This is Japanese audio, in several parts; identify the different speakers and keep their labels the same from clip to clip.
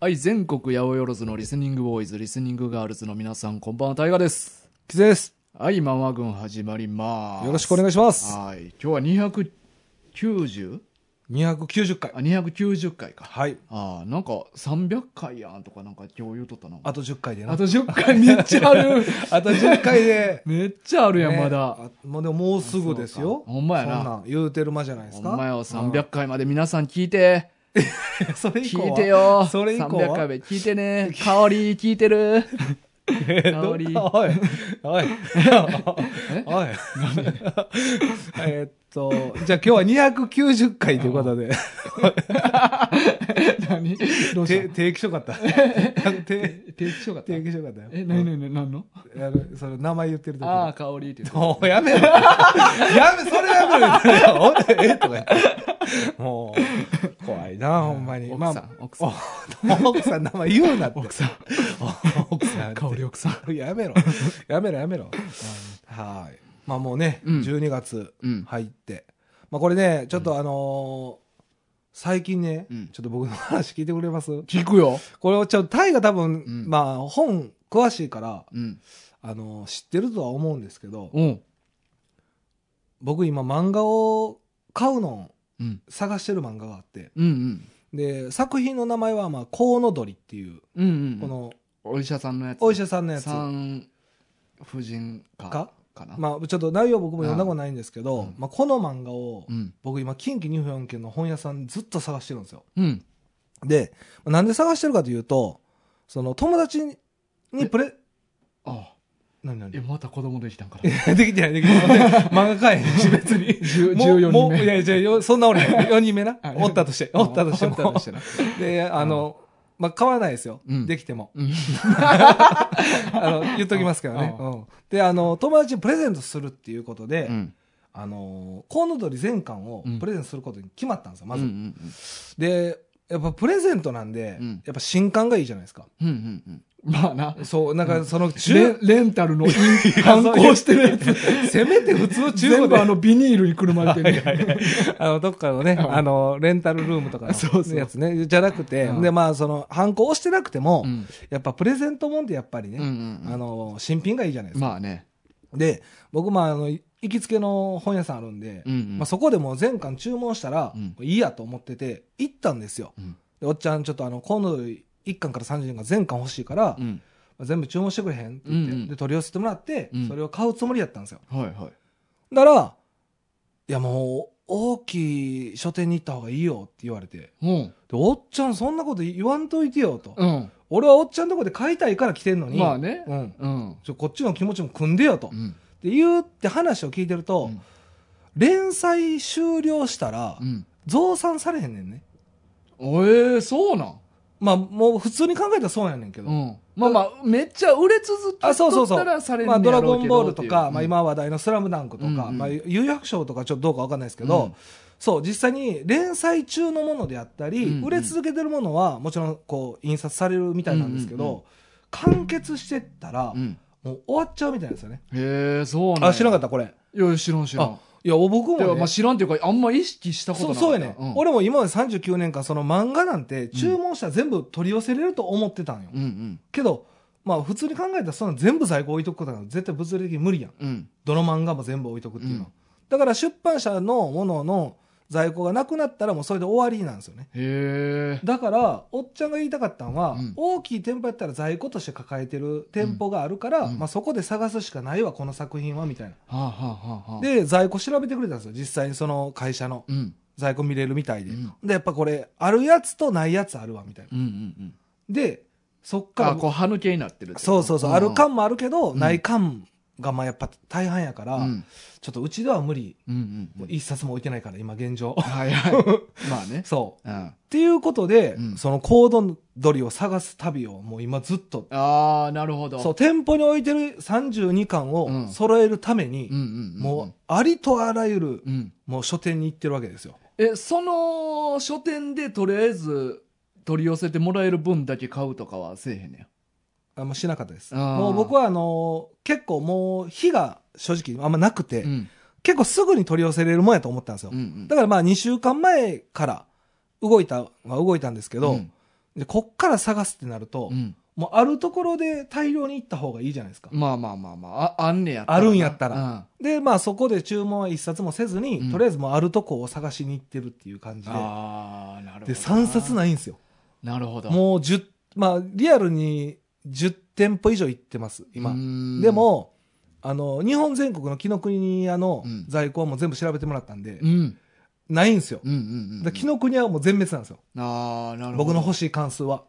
Speaker 1: はい、全国八百万のリスニングボーイズ、リスニングガールズの皆さん、こんばんは、タイガです。
Speaker 2: キズです。
Speaker 1: はい、ママ軍始まります。
Speaker 2: よろしくお願いします。
Speaker 1: はい、今日は 290?
Speaker 2: 290回
Speaker 1: あ、。290回か。
Speaker 2: はい。
Speaker 1: あーなんか300回やんとかなんか今日言うとったな。
Speaker 2: あと10回でな。
Speaker 1: あと10回めっちゃあ る。。
Speaker 2: あと10回で
Speaker 1: めっちゃあるやん、
Speaker 2: ね
Speaker 1: まだ。
Speaker 2: あもうでももうすぐです
Speaker 1: そう。
Speaker 2: よ
Speaker 1: かほんまやな
Speaker 2: そんん言うてる間じゃないですか。
Speaker 1: ほんまよ、
Speaker 2: う
Speaker 1: 300回まで皆さん聞いて。
Speaker 2: んそれ以降は
Speaker 1: 聞いてよ。
Speaker 2: それ以降
Speaker 1: 300
Speaker 2: は
Speaker 1: 回目聞いてね。香り聞いて る。
Speaker 2: えーど
Speaker 1: 香り
Speaker 2: おい。おい。
Speaker 1: え
Speaker 2: おい。 えーっと、じゃあ今日は290回ということで。
Speaker 1: 何どう
Speaker 2: て
Speaker 1: した
Speaker 2: 定期書か った。定
Speaker 1: 定期しようかった
Speaker 2: 定。期書かったよ。
Speaker 1: え、何何何何の
Speaker 2: あのその名前言ってる時
Speaker 1: ああ、香りって言って
Speaker 2: もうやめろ。やめ、それやめろ。 おいえとか言って。 もう、怖いな、ほん まに。
Speaker 1: 奥さん
Speaker 2: まあ
Speaker 1: 奥さん
Speaker 2: お奥さん、名 前言うなって。
Speaker 1: 奥さん。
Speaker 2: お 奥さん。
Speaker 1: 香り奥さん。
Speaker 2: やめろ。やめろ、やめろ。はい。まあもうね、
Speaker 1: うん
Speaker 2: 12月
Speaker 1: うん
Speaker 2: 入って。まあこれね、ちょっとあのー最近ね、
Speaker 1: うん
Speaker 2: ちょっと僕の話聞いてくれます
Speaker 1: 聞くよ。
Speaker 2: これをちょっと、タイが多分、
Speaker 1: ん
Speaker 2: まあ本詳しいから、
Speaker 1: うん。
Speaker 2: あのー知ってるとは思うんですけど、
Speaker 1: うん。
Speaker 2: 僕今漫画を買うの
Speaker 1: うん。
Speaker 2: 探してる漫画があって
Speaker 1: うんうん。
Speaker 2: で作品の名前は、まあ「コウノドリ」っていう、
Speaker 1: うんうん。
Speaker 2: こ、の
Speaker 1: お医者さんのやつ。
Speaker 2: お医者さんのやつ
Speaker 1: 産婦人科
Speaker 2: か
Speaker 1: かな。
Speaker 2: まあ、ちょっと内容僕も読んだことないんですけど、
Speaker 1: うん
Speaker 2: まあ、この漫画を、
Speaker 1: うん。
Speaker 2: 僕今近畿日本県の本屋さんずっと探してるんですよ
Speaker 1: うん。
Speaker 2: でなんで探してるかというとその友達にプレ
Speaker 1: あ
Speaker 2: 何
Speaker 1: え、
Speaker 2: 何
Speaker 1: また子供できたんか
Speaker 2: い
Speaker 1: な。
Speaker 2: や できてないできてない漫画買えへんし別に
Speaker 1: 10
Speaker 2: もう
Speaker 1: 14人
Speaker 2: もう
Speaker 1: 目。
Speaker 2: いやいやよそんなおれへん4人目な
Speaker 1: あ
Speaker 2: おったとしておったとして
Speaker 1: おった
Speaker 2: も
Speaker 1: としてな。
Speaker 2: であの、まあ買わないですよ、
Speaker 1: うん
Speaker 2: できても
Speaker 1: うん。
Speaker 2: あの、言っときますけどね。
Speaker 1: う
Speaker 2: うんで、あの、友達にプレゼントするっていうことで、
Speaker 1: うん。
Speaker 2: あの、コウノドリ全巻を
Speaker 1: うん
Speaker 2: プレゼントすることに決まったんですよ、まず。
Speaker 1: うんうん
Speaker 2: で、やっぱプレゼントなんで、
Speaker 1: うん
Speaker 2: やっぱ新刊がいいじゃないですか。
Speaker 1: うん。うんうんうん。まあな。
Speaker 2: そう、なんかその
Speaker 1: レ
Speaker 2: 中、
Speaker 1: レンタルの反抗してるやつ。
Speaker 2: せめて普通中
Speaker 1: 全
Speaker 2: 古
Speaker 1: 部
Speaker 2: で、
Speaker 1: あのビニールにくるまれてる。
Speaker 2: あの、どっかのね、あの、レンタルルームとか
Speaker 1: そうそ
Speaker 2: の
Speaker 1: う
Speaker 2: やつね、じゃなくて
Speaker 1: う、ん
Speaker 2: で、まあ、その、反抗してなくても
Speaker 1: う、ん
Speaker 2: やっぱプレゼントもんってやっぱり
Speaker 1: うんう
Speaker 2: ね、
Speaker 1: んうん
Speaker 2: あの、新品がいいじゃないですか。
Speaker 1: まあね。
Speaker 2: で、僕、まあ、あの、行きつけの本屋さんあるんで、
Speaker 1: うんうん
Speaker 2: まあ、そこでもう全巻注文したら、
Speaker 1: うん
Speaker 2: いいやと思ってて、行ったんですよ。
Speaker 1: うん
Speaker 2: でおっちゃん、ちょっとあの、今度1巻から30巻が全巻欲しいから、
Speaker 1: うん
Speaker 2: 全部注文してくれへんって言って、
Speaker 1: うんうん
Speaker 2: で、取り寄せてもらって、
Speaker 1: うん
Speaker 2: それを買うつもりやったんですよ。
Speaker 1: はいはい。
Speaker 2: だから、いやもう、大きい書店に行った方がいいよって言われて、で
Speaker 1: うん。
Speaker 2: おっちゃん、そんなこと言わんといてよと。
Speaker 1: うん。
Speaker 2: 俺はおっちゃんのとこで買いたいから来てんのに、
Speaker 1: まあね。
Speaker 2: うん、
Speaker 1: うん。
Speaker 2: ちょこっちの気持ちも組んでよと。
Speaker 1: うん。
Speaker 2: で言うって話を聞いてると、
Speaker 1: うん
Speaker 2: 連載終了したら
Speaker 1: うん。
Speaker 2: 増産されへんねんね
Speaker 1: ええ、そうなん。
Speaker 2: まあもう普通に考えたらそうやねんけど、
Speaker 1: うん。まあまあ、めっちゃ売れ続けと
Speaker 2: あそうそう
Speaker 1: っ
Speaker 2: そう
Speaker 1: たらされる
Speaker 2: まあ、
Speaker 1: ん
Speaker 2: ド
Speaker 1: やろ
Speaker 2: ラ
Speaker 1: うけど
Speaker 2: ゴンボールとか、
Speaker 1: っていう
Speaker 2: まあ、今話題の「スラムダンクとか、
Speaker 1: うんうん
Speaker 2: まあ、有楽章とかちょっとどうかわかんないですけど、
Speaker 1: うん
Speaker 2: そう実際に連載中のものであったり、
Speaker 1: うんうん
Speaker 2: 売れ続けてるものはもちろんこう印刷されるみたいなんですけど、
Speaker 1: うんうんうん
Speaker 2: 完結してったら、
Speaker 1: うん。
Speaker 2: もう終わっちゃうみたいなんですよね、
Speaker 1: へえ、そうなん。
Speaker 2: あ知らなか
Speaker 1: っ
Speaker 2: ったこれ
Speaker 1: た。いや、知らん知らん。
Speaker 2: いや僕も、
Speaker 1: て
Speaker 2: ね
Speaker 1: かまあ知らんっていうか、あんま意識したことな
Speaker 2: そう
Speaker 1: かった。
Speaker 2: そうやね、
Speaker 1: うん
Speaker 2: ん、俺も今まで39年間その漫画なんて注文したら全部取り寄せれると思ってたんよ、
Speaker 1: うん
Speaker 2: けどまあ普通に考えたらそんな全部在庫置いとくことなんか絶対物理的に無理やん
Speaker 1: うん。うん。
Speaker 2: どの漫画も全部置いとくっていうのは、
Speaker 1: うん
Speaker 2: だから出版社のものの在庫がなくなったらもうそれで終わりなんですよね
Speaker 1: へえ。
Speaker 2: だからおっちゃんが言いたかったのは、
Speaker 1: うん
Speaker 2: 大きい店舗やったら在庫として抱えてる店舗があるから、
Speaker 1: うん
Speaker 2: まあ、そこで探すしかないわこの作品はみたいな、
Speaker 1: はあはあはあはあ。、
Speaker 2: で在庫調べてくれたんですよ実際にその会社の
Speaker 1: うん。うん
Speaker 2: 在庫見れるみたいで、
Speaker 1: うん
Speaker 2: でやっぱこれあるやつとないやつあるわみたい
Speaker 1: う
Speaker 2: な
Speaker 1: んうん。
Speaker 2: でそっから
Speaker 1: あ、こう、歯抜けになってるってこと
Speaker 2: そうそうそう、
Speaker 1: ん
Speaker 2: ある感もあるけど、
Speaker 1: うん
Speaker 2: ない感がまあやっぱ大半やから、
Speaker 1: うん。
Speaker 2: ちょっとうちでは無理、
Speaker 1: うんうんうん。
Speaker 2: 一冊も置いてないから今現状
Speaker 1: はいはい。まあね。
Speaker 2: そう
Speaker 1: うん。
Speaker 2: っていうことで、
Speaker 1: うん
Speaker 2: そのコード鳥を探す旅をもう今ずっと
Speaker 1: ああ、なるほど。
Speaker 2: そう店舗に置いてる32
Speaker 1: う
Speaker 2: 巻
Speaker 1: ん
Speaker 2: を揃えるために、
Speaker 1: うんうんうん。
Speaker 2: もうありとあらゆる
Speaker 1: うん。うん。
Speaker 2: もう書店に行ってるわけですよ
Speaker 1: え、その書店でとりあえず取り寄せてもらえる分だけ買うとかはせえへんねや。
Speaker 2: あんましなかったです
Speaker 1: あー
Speaker 2: もう僕はあのー結構もう日が正直あんまなくて、
Speaker 1: うん。
Speaker 2: 結構すぐに取り寄せれるもんやと思ったんですよ、
Speaker 1: うんうん。
Speaker 2: だからまあ2週間前から動いたは動いたんですけど、
Speaker 1: うん
Speaker 2: でこっから探すってなると、
Speaker 1: うん。
Speaker 2: もうあるところで大量に行った方がいいじゃないですか、
Speaker 1: まあまあまあまあ、ああんねやったら
Speaker 2: あ
Speaker 1: な
Speaker 2: るんやったら
Speaker 1: うん
Speaker 2: でまあそこで注文は一冊もせずに、
Speaker 1: うん
Speaker 2: とりあえずもうあるとこを探しに行ってるっていう感じで
Speaker 1: ああ、なるほど。。
Speaker 2: で3冊ないいんですよ
Speaker 1: なるほど。
Speaker 2: もう10まあリアルに10店舗以上行ってます今、
Speaker 1: 今
Speaker 2: で、もあの日本全国の紀ノ国屋の
Speaker 1: うん
Speaker 2: 在庫はもう全部調べてもらったんで、
Speaker 1: うん、うん
Speaker 2: ないんですよ、
Speaker 1: うんうん。
Speaker 2: だから紀ノ国屋はもう全滅なんですよ
Speaker 1: ああ、なるほど。
Speaker 2: 僕の欲しい関数は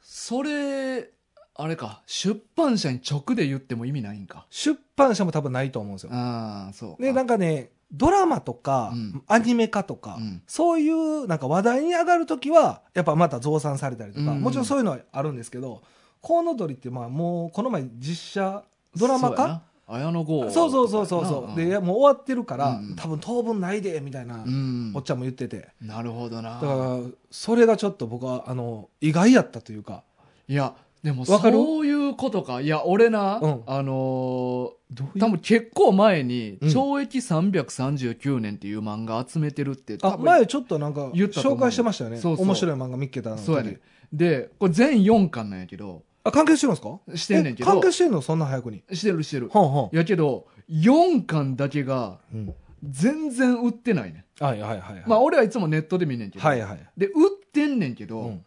Speaker 1: それ、あれか、出版社に直で言っても意味ないんか。
Speaker 2: 出版社も多分ないと思うんですよ
Speaker 1: ああ、そうか。
Speaker 2: でなんかねドラマとか、
Speaker 1: うん
Speaker 2: アニメ化とか、
Speaker 1: うん
Speaker 2: そういうなんか話題に上がるときはやっぱまた増産されたりとか、
Speaker 1: うん
Speaker 2: もちろんそういうのはあるんですけどコウノドリってまあもうこの前実写ドラマ化
Speaker 1: そうやな綾野剛
Speaker 2: そうそうそうそうそう、でいやもう終わってるから、
Speaker 1: うん
Speaker 2: 多分当分ないでみたいな、
Speaker 1: うん
Speaker 2: おっちゃんも言ってて
Speaker 1: なるほどな
Speaker 2: だからそれがちょっと僕はあの意外やったというか
Speaker 1: いやでも
Speaker 2: わかる
Speaker 1: そういうことかいや俺な、
Speaker 2: うん
Speaker 1: あの
Speaker 2: どう
Speaker 1: ー多分結構前に「
Speaker 2: うん
Speaker 1: 懲役339年」っていう漫画集めてるって多
Speaker 2: あ
Speaker 1: 分
Speaker 2: 前ちょっとなんか
Speaker 1: 言ったと思う
Speaker 2: 紹介してましたよね
Speaker 1: そうそう
Speaker 2: 面白い漫画見っけたの時
Speaker 1: そうやねでこれ全4巻なんやけど
Speaker 2: あ完結してるんですか
Speaker 1: してんねんけど
Speaker 2: え完結してんのそんな早くに
Speaker 1: してるしてる
Speaker 2: ほんほん
Speaker 1: やけど4巻だけが
Speaker 2: うん
Speaker 1: 全然売ってないね
Speaker 2: はいはいはいはい。
Speaker 1: まあ俺はいつもネットで見んねんけど、
Speaker 2: はいはい。
Speaker 1: で売ってんねんけど、
Speaker 2: うん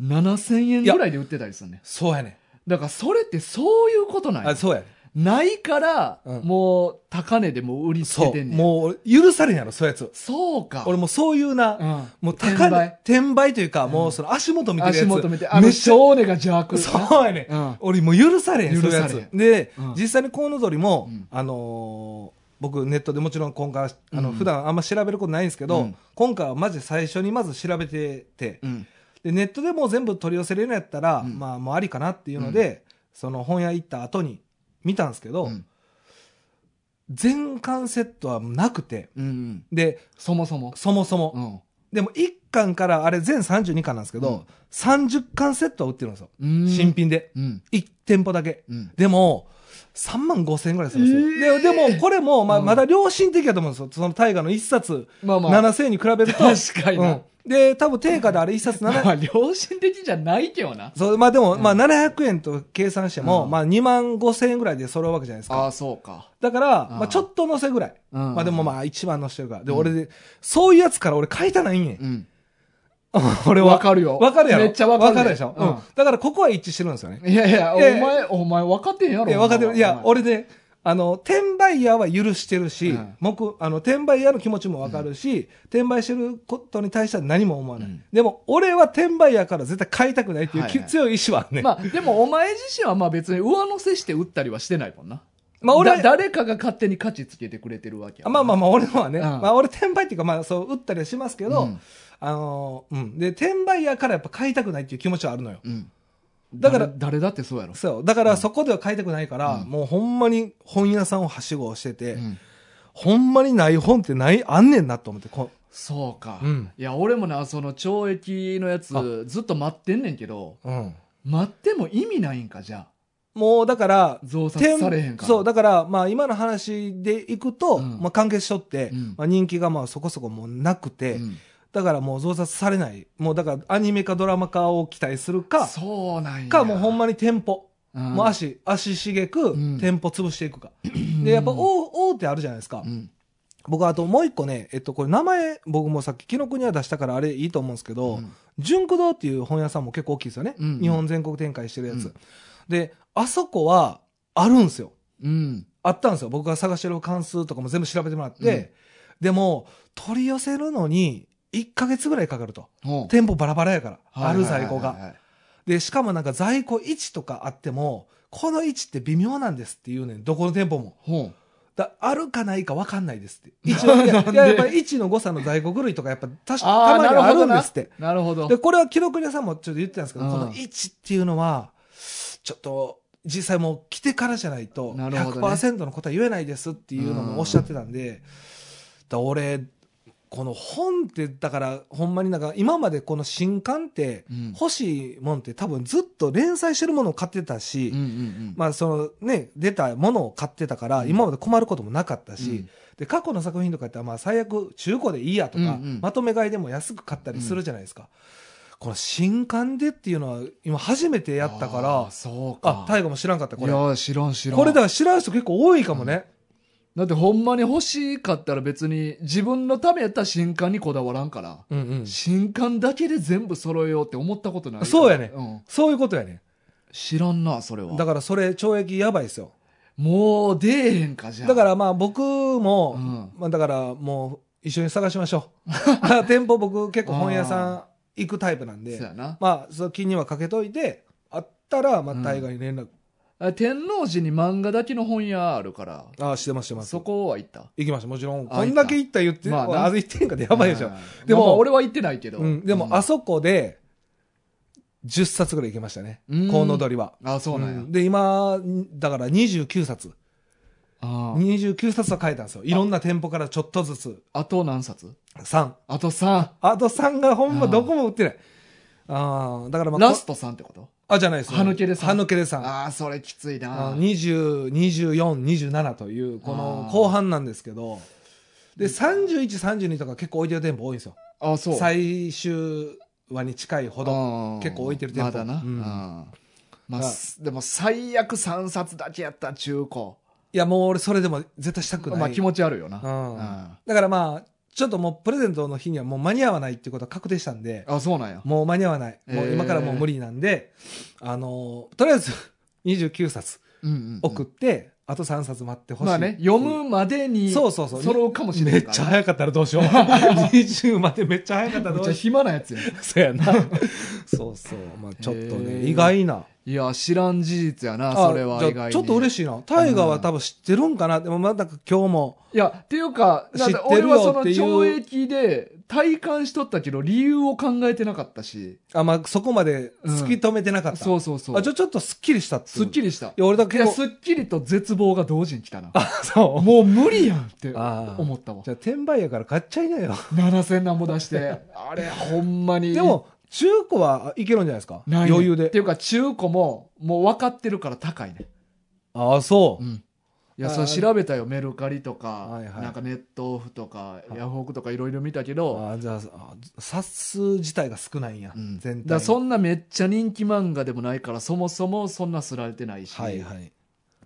Speaker 1: 7000円ぐらいで売ってたりするねん
Speaker 2: そうやね。
Speaker 1: だからそれってそういうことなんや
Speaker 2: あ、そうやね。
Speaker 1: ないから、
Speaker 2: うん
Speaker 1: もう高値でもう売りつけ
Speaker 2: そ
Speaker 1: て
Speaker 2: う。
Speaker 1: んねん
Speaker 2: もう俺許されんやろ、そういうやつ。
Speaker 1: そうか
Speaker 2: 俺もうそういう
Speaker 1: う
Speaker 2: な、
Speaker 1: ん、
Speaker 2: もう高い。
Speaker 1: 転売
Speaker 2: 転売というか、もうその足元見てるやつ。
Speaker 1: 足元見てあの
Speaker 2: めっちゃ
Speaker 1: 少年が邪悪な
Speaker 2: そうやね。
Speaker 1: うん
Speaker 2: 俺もう許されへん、そういうや
Speaker 1: 許さ
Speaker 2: つ
Speaker 1: れ。
Speaker 2: で
Speaker 1: うん、
Speaker 2: 実際にコウノドリも
Speaker 1: うん、
Speaker 2: あのー、僕ネットでもちろん今回は、あの、
Speaker 1: うん
Speaker 2: 普段あんま調べることないんですけ
Speaker 1: う
Speaker 2: ど
Speaker 1: ん、
Speaker 2: 今回はマジ最初にまず調べてて、
Speaker 1: うん
Speaker 2: でネットでもう全部取り寄せれるんやったら、
Speaker 1: うん
Speaker 2: まあもうありかなっていうので、その本屋行った後に見たんですけど、
Speaker 1: うん
Speaker 2: 全巻セットはなくて
Speaker 1: うん
Speaker 2: で
Speaker 1: そもそも、
Speaker 2: そもそも、
Speaker 1: ん
Speaker 2: でも1巻からあれ全32巻なんですけど、
Speaker 1: うん
Speaker 2: 30巻セットは売ってるんですよ、
Speaker 1: うん、
Speaker 2: 新品で
Speaker 1: うん
Speaker 2: 1店舗だけ
Speaker 1: うん
Speaker 2: でも3万5千円ぐらいするんですよ、
Speaker 1: えー
Speaker 2: ででもこれも、まあ、
Speaker 1: うん
Speaker 2: まだ良心的だと思うんですよその大河の1冊
Speaker 1: まあまあ
Speaker 2: 7000円に比べると、
Speaker 1: 確かにな、
Speaker 2: うん、で多分定価であれ1冊7
Speaker 1: まあ良心的じゃないけどな
Speaker 2: そう、まあでも、まあ700円と計算しても、
Speaker 1: うん
Speaker 2: まあ2万5千円ぐらいで揃うわけじゃないです
Speaker 1: あ
Speaker 2: か。
Speaker 1: あそうか、
Speaker 2: だから、
Speaker 1: うん
Speaker 2: まあちょっと乗せぐらい。
Speaker 1: うん
Speaker 2: まあでもまあ1万乗してるから。で、
Speaker 1: うん
Speaker 2: 俺で、そういうやつから俺書いたないんや
Speaker 1: う。ん
Speaker 2: 俺は。
Speaker 1: わかるよ
Speaker 2: わかるやろ。
Speaker 1: めっちゃわかる
Speaker 2: わかるでしょ。
Speaker 1: うん
Speaker 2: うん。だからここは一致してるんですよね。
Speaker 1: いやいや、お
Speaker 2: いやい
Speaker 1: 前、お前分かってんやろ。
Speaker 2: いや、わかってる。いや、
Speaker 1: お前、
Speaker 2: 俺ね、あの、転売屋は許してるし
Speaker 1: うん、
Speaker 2: 僕、あの、転売屋の気持ちもわかるし、転売してることに対しては何も思わな
Speaker 1: う
Speaker 2: い
Speaker 1: ん。
Speaker 2: でも、俺は転売屋から絶対買いたくないっていう
Speaker 1: はい
Speaker 2: き
Speaker 1: はい
Speaker 2: 強い意志はあんねん。
Speaker 1: まあ、でもお前自身はまあ別に上乗せして売ったりはしてないもんな。
Speaker 2: まあ俺は
Speaker 1: だ誰かが勝手に価値つけてくれてるわけや
Speaker 2: あ
Speaker 1: もん
Speaker 2: まあまあまあ、俺のはね、
Speaker 1: うん
Speaker 2: まあ俺転売っていうか、まあそう、打ったりはしますけど、
Speaker 1: うん
Speaker 2: あのーうん。で、転売屋からやっぱ買いたくないっていう気持ちはあるのよ。
Speaker 1: うん。
Speaker 2: だから
Speaker 1: 誰誰だってそうやろ。
Speaker 2: そう。だからそこでは買いたくないから、
Speaker 1: うん
Speaker 2: もうほんまに本屋さんをはしごをしてて、
Speaker 1: うん
Speaker 2: ほんまにない本ってない、あんねんなと思って、こ
Speaker 1: そうか
Speaker 2: うん。
Speaker 1: いや、俺もな、その懲役のやつ
Speaker 2: あ
Speaker 1: ずっと待ってんねんけど、
Speaker 2: う。うん。
Speaker 1: 待っても意味ないんか、じゃあ。
Speaker 2: もうだから、
Speaker 1: 増刷されへんから。
Speaker 2: そう、だから、まあ今の話でいくと、
Speaker 1: うん
Speaker 2: まあ完結しとって、
Speaker 1: うん
Speaker 2: まあ人気がまあそこそこもうなくて、
Speaker 1: うん
Speaker 2: だからもう増刷されない。もうだからアニメ化ドラマ化を期待するか、
Speaker 1: そうなんや。
Speaker 2: かもうほんまに店舗。
Speaker 1: うん、
Speaker 2: もう足、足しげく
Speaker 1: うん
Speaker 2: 店舗潰していくか。
Speaker 1: うん
Speaker 2: で、やっぱ大大手あるじゃないですか。
Speaker 1: うん
Speaker 2: 僕、あともう一個ね、えっと、これ名前、僕もさっき、キノコには出したからあれいいと思うんですけど、
Speaker 1: うん
Speaker 2: 純駆堂っていう本屋さんも結構大きいですよね。
Speaker 1: うん
Speaker 2: 日本全国展開してるやつ。
Speaker 1: うん
Speaker 2: で、あそこはあるんですよ。
Speaker 1: うん。
Speaker 2: あったんですよ。僕が探してる関数とかも全部調べてもらって。でも、取り寄せるのに1ヶ月ぐらいかかると。
Speaker 1: ほう
Speaker 2: 店舗バラバラやから、ある在
Speaker 1: はい
Speaker 2: 庫
Speaker 1: はい
Speaker 2: が。
Speaker 1: はいはい
Speaker 2: で、しかもなんか在庫1とかあっても、この1って微妙なんですっていうねんどこの店舗も。
Speaker 1: ほう。
Speaker 2: だあるかないか分かんないですって。一応、いや、いややっぱり1の誤差の在庫狂いとか、やっぱたし、
Speaker 1: あー
Speaker 2: たまにあるんですって。
Speaker 1: なるほど。
Speaker 2: で、これは記録屋さんもちょっと言ってたんですけど、
Speaker 1: うん
Speaker 2: この1っていうのは、ちょっと、実際もう来てからじゃないと、
Speaker 1: なるほどね
Speaker 2: 100%のことは言えないですっていうのもおっしゃってたんで、だ俺、この本って、だから、ほんまになんか、今までこの新刊って、
Speaker 1: うん
Speaker 2: 欲しいもんって多分ずっと連載してるものを買ってたし、
Speaker 1: うんうんうん
Speaker 2: まあそのね、出たものを買ってたから、
Speaker 1: うん
Speaker 2: 今まで困ることもなかったし、
Speaker 1: うん
Speaker 2: で過去の作品とかってまあ最悪中古でいいやとか、
Speaker 1: うんうん
Speaker 2: まとめ買いでも安く買ったりするじゃないですか、この新刊でっていうのは今初めてやったか
Speaker 1: あー
Speaker 2: ら
Speaker 1: そう
Speaker 2: あ
Speaker 1: か
Speaker 2: 大河も知らんかったこ
Speaker 1: い
Speaker 2: れ
Speaker 1: やー知らん知らん
Speaker 2: これだから知らん人結構多いかもね、
Speaker 1: だってほんまに欲しかったら別に自分のためやったら新刊にこだわらんから、
Speaker 2: うんうん
Speaker 1: 新刊だけで全部揃えようって思ったことない
Speaker 2: そうやね
Speaker 1: ん
Speaker 2: そういうことやね
Speaker 1: 知らんなそれは
Speaker 2: だからそれ懲役やばいですよ
Speaker 1: もう出えへんかじゃあ
Speaker 2: だからまあ僕も、
Speaker 1: うん
Speaker 2: まあ、だからもう一緒に探しましょうだ から店舗僕結構本屋さん行くタイプなんで
Speaker 1: そうやな
Speaker 2: まあその気にはかけといてあったらまあ
Speaker 1: うん
Speaker 2: 大河に連絡、
Speaker 1: あ天王寺に漫画だけの本屋あるから
Speaker 2: ああしてますしてます
Speaker 1: そこは行った
Speaker 2: 行きましたもちろん
Speaker 1: あ
Speaker 2: こんだけ行った言って
Speaker 1: 行ったまあな
Speaker 2: あず行ってんかでやばいでしょ、
Speaker 1: うん
Speaker 2: でも
Speaker 1: まあまあ俺は行ってないけど、
Speaker 2: うん、でもあそこで10冊ぐらい行きましたね
Speaker 1: うん
Speaker 2: コウノドリは
Speaker 1: あそうなんや、
Speaker 2: うんで今だから29冊
Speaker 1: あー
Speaker 2: 29冊は書いたんですよいろんな店舗からちょっとずつ
Speaker 1: あと何冊
Speaker 2: 3
Speaker 1: あと3
Speaker 2: あと3がほんまどこも売ってないああだからまあ
Speaker 1: ラスト
Speaker 2: こ
Speaker 1: 3ってこと
Speaker 2: あじゃないです
Speaker 1: 歯抜けで三
Speaker 2: 歯抜けで3
Speaker 1: ああそれきついな
Speaker 2: 202427というこの
Speaker 1: あー
Speaker 2: 後半なんですけどで3132とか結構置いてる店舗多いんですよ
Speaker 1: あそう
Speaker 2: 最終話に近いほど
Speaker 1: うん
Speaker 2: 結構置いてる店舗
Speaker 1: まだな、
Speaker 2: うん
Speaker 1: うんまあ、
Speaker 2: あ
Speaker 1: すでも最悪3冊だけやったら中古
Speaker 2: いやもう俺それでも絶対したくない、
Speaker 1: まあ気持ちあるよな、
Speaker 2: うん
Speaker 1: あ
Speaker 2: だからまあちょっともうプレゼントの日にはもう間に合わないっていうことは確定したんで
Speaker 1: あそうなんや
Speaker 2: もう間に合わない、も
Speaker 1: え
Speaker 2: う
Speaker 1: ー
Speaker 2: 今からもう無理なんであのとりあえず29冊
Speaker 1: うんうんうん
Speaker 2: 送って、あと3冊待ってほしい、
Speaker 1: まあね読むまでに
Speaker 2: そうそうそう
Speaker 1: 揃うかもしれな
Speaker 2: め
Speaker 1: い
Speaker 2: っ
Speaker 1: から
Speaker 2: ちゃ早かったらどう しよう20までめっちゃ早かったら
Speaker 1: めっ
Speaker 2: ど
Speaker 1: ちゃ
Speaker 2: うしよ
Speaker 1: 暇なやつやん
Speaker 2: うそうやなそうそうまあちょっと
Speaker 1: へ
Speaker 2: ね
Speaker 1: ー
Speaker 2: 意外ない
Speaker 1: や知らん事実やな
Speaker 2: あ
Speaker 1: それは
Speaker 2: じゃあ
Speaker 1: 意外に
Speaker 2: ちょっと嬉しいな大河は多分知ってるんかな、でもまだ今日も
Speaker 1: いやっていうかだって
Speaker 2: 知って
Speaker 1: 俺
Speaker 2: る
Speaker 1: はそ
Speaker 2: よっ
Speaker 1: の
Speaker 2: ていう
Speaker 1: 懲役で体感しとったけど理由を考えてなかったし
Speaker 2: あ、まあ、そこまで突き止めてなかった、
Speaker 1: そうそうそう
Speaker 2: あ、ちょ、ちょっとすっきりしたっていう
Speaker 1: すっきりしたい
Speaker 2: いや、俺だけ
Speaker 1: や
Speaker 2: 結構
Speaker 1: すっきりと絶望が同時に来たな
Speaker 2: あ、そ う。
Speaker 1: もう無理やんって
Speaker 2: あー
Speaker 1: 思ったわ
Speaker 2: じゃあ、転売やから買っちゃいなよ。
Speaker 1: 7000何も出して あれほんまに
Speaker 2: でも、中古はいけるんじゃないですか
Speaker 1: ないね
Speaker 2: 余裕
Speaker 1: っ
Speaker 2: で
Speaker 1: てい。うか中古ももう分かってるから高いね
Speaker 2: ああ、そうう。
Speaker 1: んいや
Speaker 2: あー
Speaker 1: それ調べたよメルカリとか、
Speaker 2: はいはい
Speaker 1: なんかネットオフとかヤフオクとかいろいろ見たけど、
Speaker 2: あじゃああ、冊数自体が少ないんや。
Speaker 1: うんだ
Speaker 2: 全
Speaker 1: か
Speaker 2: 体
Speaker 1: ら
Speaker 2: に。
Speaker 1: そんなめっちゃ人気漫画でもないからそもそもそんなすられてないし、
Speaker 2: はいはい。
Speaker 1: っ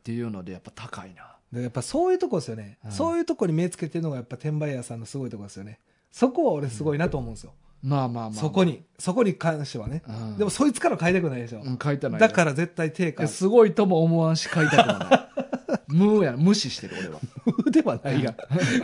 Speaker 1: ていうのでやっぱ高いな
Speaker 2: でやっぱそういうとこですよね、
Speaker 1: うん
Speaker 2: そういうとこに目つけてるのがやっぱ転売屋さんのすごいとこですよね。そこは俺すごいなと思うんですよ。
Speaker 1: まあまあまあ、
Speaker 2: そこに、そこに関してはね。
Speaker 1: うん
Speaker 2: でもそいつから買いたくないでしょ。
Speaker 1: うん書いてない
Speaker 2: だからら絶対定価。
Speaker 1: すごいとも思わんし書いたくはない 無やな無視してる俺は
Speaker 2: 風ではないが。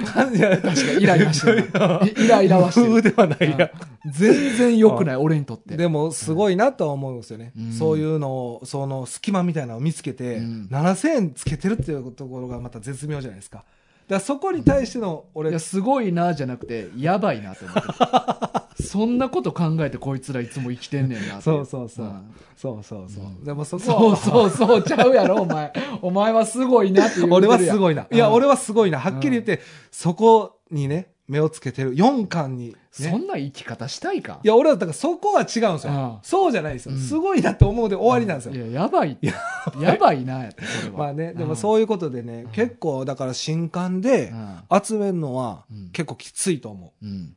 Speaker 2: 感じは確か
Speaker 1: 確かにイライラして るな イライラはしてる
Speaker 2: 風ではないが。
Speaker 1: 全然良くない俺にとって
Speaker 2: でもすごいなとは思うんですよね、
Speaker 1: うん
Speaker 2: そういうのをその隙間みたいなのを見つけて、
Speaker 1: うん
Speaker 2: 7000円つけてるっていうところがまた絶妙じゃないですかだからそこに対しての俺、
Speaker 1: いやすごいなじゃなくてやばいなと思 ってそんなこと考えてこいつらいつも生きてんねんなって
Speaker 2: そうそうそうんそうそうそう、
Speaker 1: うん
Speaker 2: でもそこ
Speaker 1: そう
Speaker 2: は
Speaker 1: そうそうちゃうやろお前お前はすごいなって言うてる
Speaker 2: 俺
Speaker 1: やん
Speaker 2: はすごいないや、
Speaker 1: うん
Speaker 2: 俺はすごいなはっきり言って、そこにね目をつけてる4巻に、ね、
Speaker 1: そんな生き方したいか
Speaker 2: いや俺はだからそこは違うんですよ、
Speaker 1: うん
Speaker 2: そうじゃないですよ、
Speaker 1: うん
Speaker 2: すごいなと思うで終わりなんですよ、
Speaker 1: いややばいってやばいなやってそれは
Speaker 2: まあねでも
Speaker 1: う
Speaker 2: そういうことでね、
Speaker 1: うん
Speaker 2: 結構だから新刊で
Speaker 1: ん
Speaker 2: 集めるのは
Speaker 1: うん
Speaker 2: 結構きついと思う、
Speaker 1: うん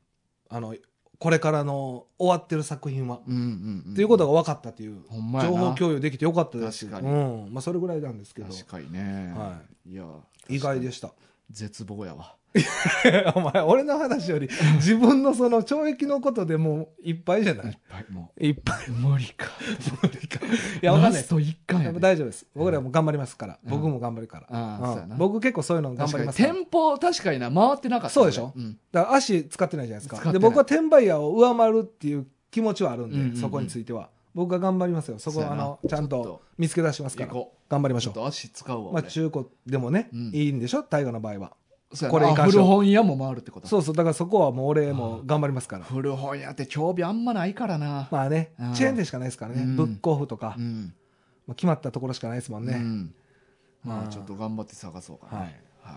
Speaker 2: あの、これからの終わってる作品は。
Speaker 1: うんうんうん
Speaker 2: っていうことが分かったっていう、
Speaker 1: ほんまやな
Speaker 2: 情報共有できてよかったですし。
Speaker 1: 確かに
Speaker 2: うん。まあ、それぐらいなんですけど、
Speaker 1: 確かにね
Speaker 2: はい
Speaker 1: や
Speaker 2: 意外で
Speaker 1: し
Speaker 2: した。
Speaker 1: 絶望やわ
Speaker 2: お前、俺の話より、自分のその懲役のことでもういっぱいじゃない
Speaker 1: っ
Speaker 2: い
Speaker 1: ぱいも
Speaker 2: いっぱい。
Speaker 1: う無理か
Speaker 2: 無理かい
Speaker 1: い
Speaker 2: や、わかんないです。
Speaker 1: と一巻やで
Speaker 2: 大丈夫です。僕らも頑張りますから。
Speaker 1: うん
Speaker 2: 僕も頑張るから。
Speaker 1: ああそうやな
Speaker 2: 僕結構そういうの頑張りますから。
Speaker 1: 確かに店舗確かにな回ってなかった
Speaker 2: そうでしょ
Speaker 1: ん
Speaker 2: だから足使ってないじゃないです
Speaker 1: 使
Speaker 2: か。
Speaker 1: っ
Speaker 2: で、
Speaker 1: てない
Speaker 2: 僕は転売屋を上回るっていう気持ちはあるんで、
Speaker 1: うんうんうん
Speaker 2: そこについては。僕が頑張りますよ。そこ
Speaker 1: そう
Speaker 2: は、あ
Speaker 1: やな
Speaker 2: の、ちゃん
Speaker 1: ちょっ
Speaker 2: と
Speaker 1: と
Speaker 2: 見つけ出しますか
Speaker 1: 行
Speaker 2: ら。
Speaker 1: こ
Speaker 2: 頑張り
Speaker 1: う
Speaker 2: ま
Speaker 1: ち
Speaker 2: し
Speaker 1: ょ
Speaker 2: ょ
Speaker 1: っ
Speaker 2: う。
Speaker 1: と足使うわ
Speaker 2: まあ、
Speaker 1: 俺
Speaker 2: 中古でもね、
Speaker 1: うん
Speaker 2: いいんでしょ大河の場合は。
Speaker 1: そうやな
Speaker 2: これ
Speaker 1: あ
Speaker 2: 行かんしょ
Speaker 1: 古本屋も回るってこと
Speaker 2: そうそう、だからそこはもう俺も頑張りますから。
Speaker 1: 古本屋って興味あんまないからな
Speaker 2: まあね
Speaker 1: うん、
Speaker 2: チェーン店しかないですからね。
Speaker 1: うん
Speaker 2: ブックオフとか、
Speaker 1: うん
Speaker 2: まあ、決まったところしかないですもん
Speaker 1: う
Speaker 2: ね。
Speaker 1: んま
Speaker 2: う
Speaker 1: あ
Speaker 2: ん
Speaker 1: ちょっと頑張って探そうかな
Speaker 2: はい
Speaker 1: はい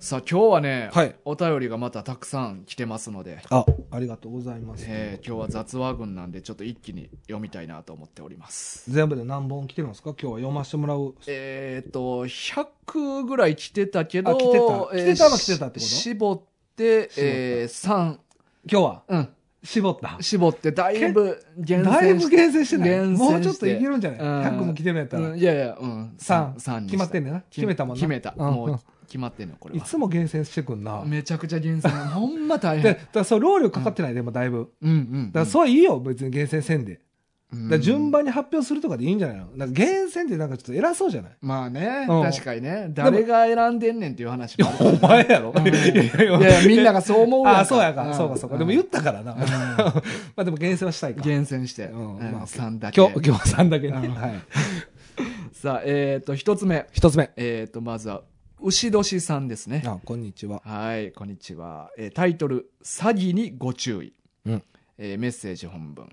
Speaker 1: さあ今日はね
Speaker 2: はい
Speaker 1: お便りがまたたくさん来てますので
Speaker 2: あ、ありがとうございます。
Speaker 1: えー今日は雑話群なんでちょっと一気に読みたいなと思っております
Speaker 2: 全部で何本来てるんですか今日は読ませてもらう。
Speaker 1: えっと100ぐらい来てたけど
Speaker 2: あ来てた
Speaker 1: えー
Speaker 2: 来てたの来てたってこと
Speaker 1: し絞って
Speaker 2: 絞った
Speaker 1: えー3
Speaker 2: 今日は
Speaker 1: うん
Speaker 2: 絞った。
Speaker 1: 絞ってだいぶ厳
Speaker 2: だいぶ厳選してない。
Speaker 1: 厳選して
Speaker 2: もうちょっといけるんじゃない
Speaker 1: うん
Speaker 2: ?100 個も来てるんやったら。
Speaker 1: うんいやいや、うん。
Speaker 2: 三
Speaker 1: 三
Speaker 2: 決まってんねんな。決めたもんな。
Speaker 1: 決めた。
Speaker 2: うん
Speaker 1: も
Speaker 2: う
Speaker 1: うん決まってんの、これ
Speaker 2: い
Speaker 1: は。
Speaker 2: つも厳選してくんな。
Speaker 1: めちゃくちゃ厳選。ほんま大
Speaker 2: で、だ
Speaker 1: 変。
Speaker 2: からそう、労力かかってない、でもだいぶ。
Speaker 1: うんうん。
Speaker 2: だからそれいいよ、別に厳選せんで。
Speaker 1: うん、
Speaker 2: だから順番に発表するとかでいいんじゃないのなんか厳選ってなんかちょっと偉そうじゃない
Speaker 1: まあね、
Speaker 2: うん
Speaker 1: 確かにね。誰が選んでんねんっていう話もあるから
Speaker 2: お前やろ
Speaker 1: うん
Speaker 2: いやいや
Speaker 1: いやいやみんながそう思うやんか
Speaker 2: あ、そうや
Speaker 1: う
Speaker 2: か。
Speaker 1: ん
Speaker 2: そうか、そうか。でも言ったからな。
Speaker 1: ん
Speaker 2: まあでも厳選はしたいか。
Speaker 1: 厳選して、
Speaker 2: うん
Speaker 1: うん
Speaker 2: まあ
Speaker 1: 3だけ
Speaker 2: 今日、今日は3だけね。
Speaker 1: うん
Speaker 2: はい。
Speaker 1: さあえっ、と一つ目
Speaker 2: 一つ目。
Speaker 1: えっ、とまずは牛年さんですね
Speaker 2: あ、こんにちは。
Speaker 1: はいこんにちは、えータイトル「詐欺にご注意」
Speaker 2: うん
Speaker 1: えーメッセージ本文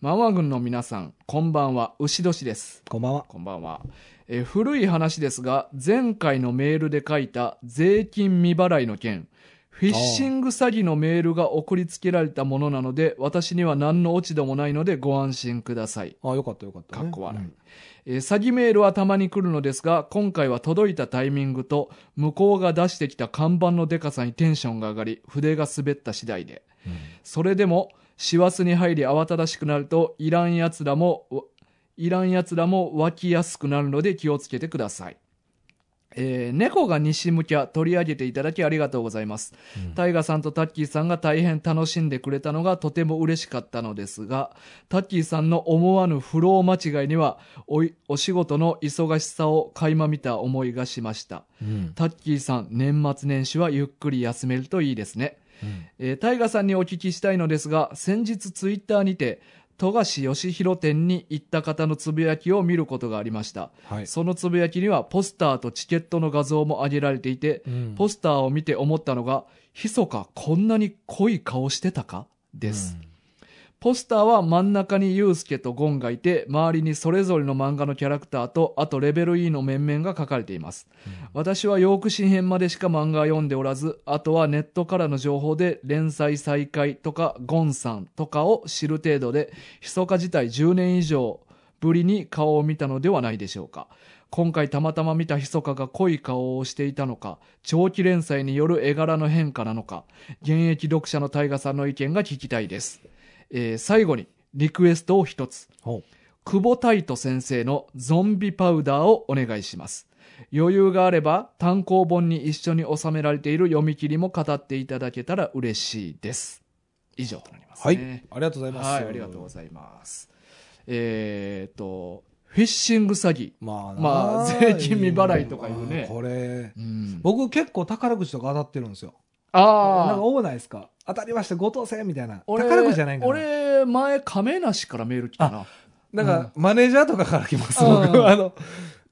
Speaker 1: マンワ軍の皆さんこんばんは牛年です
Speaker 2: こんばんは。
Speaker 1: こんばんは、えー古い話ですが、前回のメールで書いた税金未払いの件、フィッシング詐欺のメールが送りつけられたものなので、私には何の落ち度もないのでご安心ください。
Speaker 2: あ、よかったよかったね。
Speaker 1: かっこ笑い
Speaker 2: うん
Speaker 1: えー詐欺メールはたまに来るのですが、今回は届いたタイミングと、向こうが出してきた看板のデカさにテンションが上がり、筆が滑った次第で。それでも、師走に入り慌ただしくなると、いらん奴らも、わいらん奴らも湧きやすくなるので気をつけてください。えー猫が西向きゃ取り上げていただきありがとうございます。
Speaker 2: うん
Speaker 1: タイガさんとタッキーさんが大変楽しんでくれたのがとても嬉しかったのですが、タッキーさんの思わぬ不老間違いには、おい、お仕事の忙しさを垣間見た思いがしました。
Speaker 2: うん
Speaker 1: タッキーさん、年末年始はゆっくり休めるといいですね。
Speaker 2: うん
Speaker 1: えー、タイガさんにお聞きしたいのですが、先日ツイッターにて、富樫義弘店に行った方のつぶやきを見ることがありました。
Speaker 2: はい。
Speaker 1: そのつぶやきにはポスターとチケットの画像も挙げられていて、
Speaker 2: うん
Speaker 1: ポスターを見て思ったのが、ひそかこんなに濃い顔してたかです。。ポスターは真ん中にユウスケとゴンがいて、周りにそれぞれの漫画のキャラクターと、あとレベル E の面々が書かれています。私はヨーク新編までしか漫画は読んでおらず、あとはネットからの情報で連載再開とかゴンさんとかを知る程度で、密か自体10年以上ぶりに顔を見たのではないでしょうか。今回たまたま見た密かが濃い顔をしていたのか、長期連載による絵柄の変化なのか、現役読者の大河さんの意見が聞きたいです。えー最後に、リクエストを一つ。
Speaker 2: ほ
Speaker 1: 久保太斗先生のゾンビパウダーをお願いします。余裕があれば単行本に一緒に収められている読み切りも語っていただけたら嬉しいです。以上となります
Speaker 2: はい。あり
Speaker 1: ね。
Speaker 2: がとうございます。
Speaker 1: はい、ありがとうございます。えーっと、フィッシング詐欺。
Speaker 2: まあな、
Speaker 1: まあ税金未払いとかいうね
Speaker 2: これ、
Speaker 1: うん、
Speaker 2: 僕結構宝くじとか当たってるんですよ。なん
Speaker 1: あ
Speaker 2: か
Speaker 1: あ、
Speaker 2: 多ないですか当たりました、ご当選みたいな。
Speaker 1: 俺
Speaker 2: 宝くじじゃないんかな。
Speaker 1: 俺、前、亀梨からメール来たな。
Speaker 2: なんか、マネージャーとかから来ます、
Speaker 1: うん
Speaker 2: 僕。あの、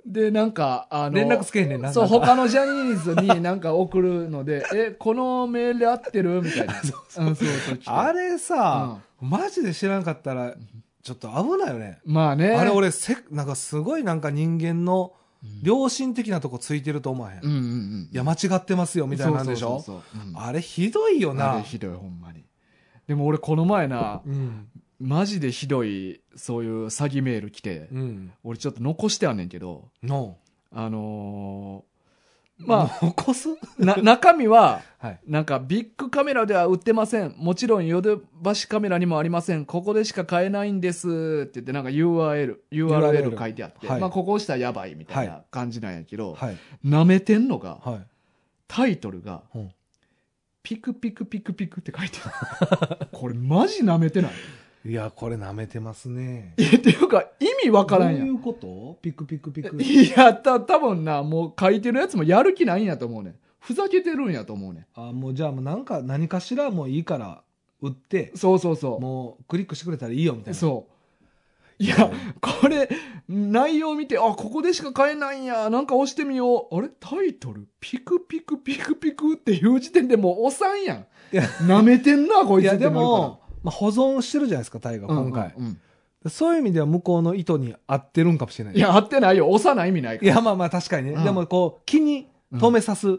Speaker 1: で、なんか、あの、
Speaker 2: 連絡つけへんねんな。
Speaker 1: そう、
Speaker 2: なんか
Speaker 1: 他のジャニーズになんか送るの で、え、このメールで合ってるみたいな。そうそうそう来て
Speaker 2: あれさ、マジで知らんかったら、ちょっと危ないよね。
Speaker 1: まあね。
Speaker 2: あれ俺せ、なんかすごいなんか人間の
Speaker 1: うん、
Speaker 2: 良心的なとこついてると思わへん。
Speaker 1: うん
Speaker 2: い
Speaker 1: うんうん。
Speaker 2: や、間違ってますよ、みたいなんでし
Speaker 1: そうそ
Speaker 2: ょ
Speaker 1: うそうそううん
Speaker 2: あれひどいよ
Speaker 1: あれ
Speaker 2: な。
Speaker 1: ひどい、ほんまに。でも俺、この前な、
Speaker 2: うん。
Speaker 1: マジでひどい、そういう詐欺メール来て、
Speaker 2: うん。
Speaker 1: 俺ちょっと残してあんねんけど、
Speaker 2: の、
Speaker 1: あのー
Speaker 2: ま
Speaker 1: ま
Speaker 2: あ、起こす
Speaker 1: あ、な、中身は、
Speaker 2: はい。
Speaker 1: なんかビッグカメラでは売ってません。もちろんヨドバシカメラにもありません。ここでしか買えないんですって言ってなんか URL、URL 書いてあって、
Speaker 2: はい
Speaker 1: まあここ押したらやばいみたい
Speaker 2: は
Speaker 1: な感じなんやけど、
Speaker 2: はい。
Speaker 1: 舐めてんのが、
Speaker 2: はい。
Speaker 1: タイトルが
Speaker 2: うん、
Speaker 1: ピクピクピクピクって書いてある。これマジ舐めてない
Speaker 2: いや、これ舐めてますね。
Speaker 1: え、っていうか意味わからんや
Speaker 2: どうんい。うことピクピクピク。
Speaker 1: いや、た、多分な、もう書いてるやつもやる気ないんやと思うねん。ふざけてるんやと思うねん。
Speaker 2: あ、もうじゃあもうなんか、何かしらもういいから、売って、
Speaker 1: そうそうそう。
Speaker 2: もうクリックしてくれたらいいよ、みたいな。
Speaker 1: そう。いや、これ、内容見て、あ、ここでしか買えないんや、なんか押してみよう。あれタイトルピクピクピクピクっていう時点でもう押さんやん。
Speaker 2: いや
Speaker 1: 舐めてんな、こい
Speaker 2: い
Speaker 1: つっ
Speaker 2: や、
Speaker 1: て
Speaker 2: で
Speaker 1: なるから
Speaker 2: も、まあ、保存してるじゃないですか、タイガ
Speaker 1: うん
Speaker 2: 今回
Speaker 1: う。んうん
Speaker 2: そういう意味では向こうの意図に合ってるんかもしれない。
Speaker 1: い、や、合ってないよ。押さない意味ないか
Speaker 2: い
Speaker 1: ら。
Speaker 2: やまあまあ確かにね。
Speaker 1: うん
Speaker 2: でもこう、気に留めさす。
Speaker 1: い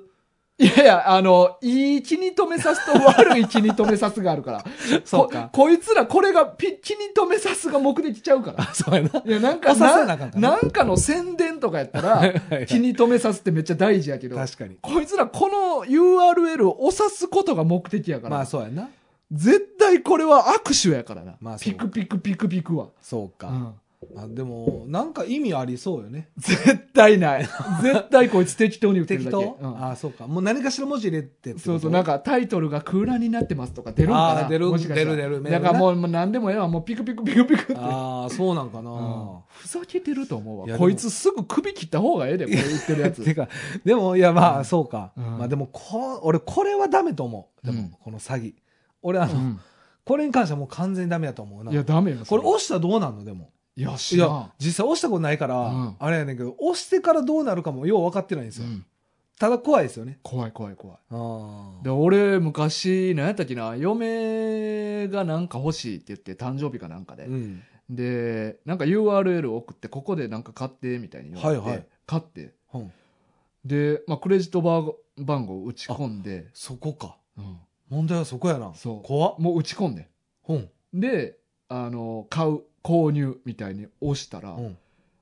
Speaker 1: やいや、あの、いい気に留めさすと悪い気に留めさすがあるから。
Speaker 2: そう か。
Speaker 1: こ。こいつら、これがピ、気に留めさすが目的ちゃうから。
Speaker 2: そうやな。
Speaker 1: いや、なんか、
Speaker 2: 押させな
Speaker 1: な
Speaker 2: あかんからね
Speaker 1: なんかの宣伝とかやった
Speaker 2: はい
Speaker 1: ら
Speaker 2: はいはい、
Speaker 1: 気に留めさすってめっちゃ大事やけど。
Speaker 2: 確かに。
Speaker 1: こいつらこの URL を押さすことが目的やから、
Speaker 2: まあそうやな。
Speaker 1: 絶対対これは握手やからな。
Speaker 2: まあそ
Speaker 1: ピ
Speaker 2: う
Speaker 1: クピクピクピクは。
Speaker 2: そう
Speaker 1: う
Speaker 2: か、
Speaker 1: ん
Speaker 2: あでもなんか意味ありそうよね
Speaker 1: 絶対 ない。絶対こいつ適当に打ってる
Speaker 2: 適
Speaker 1: だけ。
Speaker 2: 当、
Speaker 1: うん
Speaker 2: あそうかもう何かしら文字入れてってこと
Speaker 1: そうそう、なんかタイトルが空欄になってますとか出るんか
Speaker 2: あ
Speaker 1: な。
Speaker 2: ー出る
Speaker 1: もしかしたら
Speaker 2: 出る出るメー
Speaker 1: だ
Speaker 2: ルな
Speaker 1: からもうもう何でもええわ、もうピクピクピクピクって。
Speaker 2: ああそうなんかな、
Speaker 1: うんふざけてると思う
Speaker 2: いや
Speaker 1: わ。
Speaker 2: でも
Speaker 1: こいつすぐ首切った方がええで、これ言ってるやつ。
Speaker 2: てかでもいやまあそうか、
Speaker 1: うん
Speaker 2: まあでもこ俺これはダメと思うでも、
Speaker 1: うん
Speaker 2: この詐欺俺あの、これに関してはもう完全にダメだと思う
Speaker 1: う
Speaker 2: なん
Speaker 1: いや、ダメよ。
Speaker 2: こ
Speaker 1: そ
Speaker 2: れ押したらどうなんのでも
Speaker 1: いや、
Speaker 2: い
Speaker 1: 知ら
Speaker 2: や
Speaker 1: ん。
Speaker 2: 実際押したことないから、
Speaker 1: うん
Speaker 2: あれやねんけど押してからどうなるかもよう分かってないんです
Speaker 1: う
Speaker 2: よ、
Speaker 1: ん
Speaker 2: ただ怖いですよね
Speaker 1: 怖い怖い怖い。
Speaker 2: あ
Speaker 1: で、俺、昔、何やったっけな、嫁がなんか欲しいって言って、誕生日かなんかで。
Speaker 2: うん、
Speaker 1: で、なんか URL 送って、ここでなんか買って、みたいに言われて、
Speaker 2: はいはい
Speaker 1: 買って。
Speaker 2: うん
Speaker 1: で、まあ、クレジットバー番号打ち込んで、
Speaker 2: そこか
Speaker 1: うん
Speaker 2: 問題はそこやな
Speaker 1: そう
Speaker 2: 怖っ、
Speaker 1: もう打ち込んで。
Speaker 2: うん
Speaker 1: で、あの、買う、購入みたいに押したら、
Speaker 2: うん、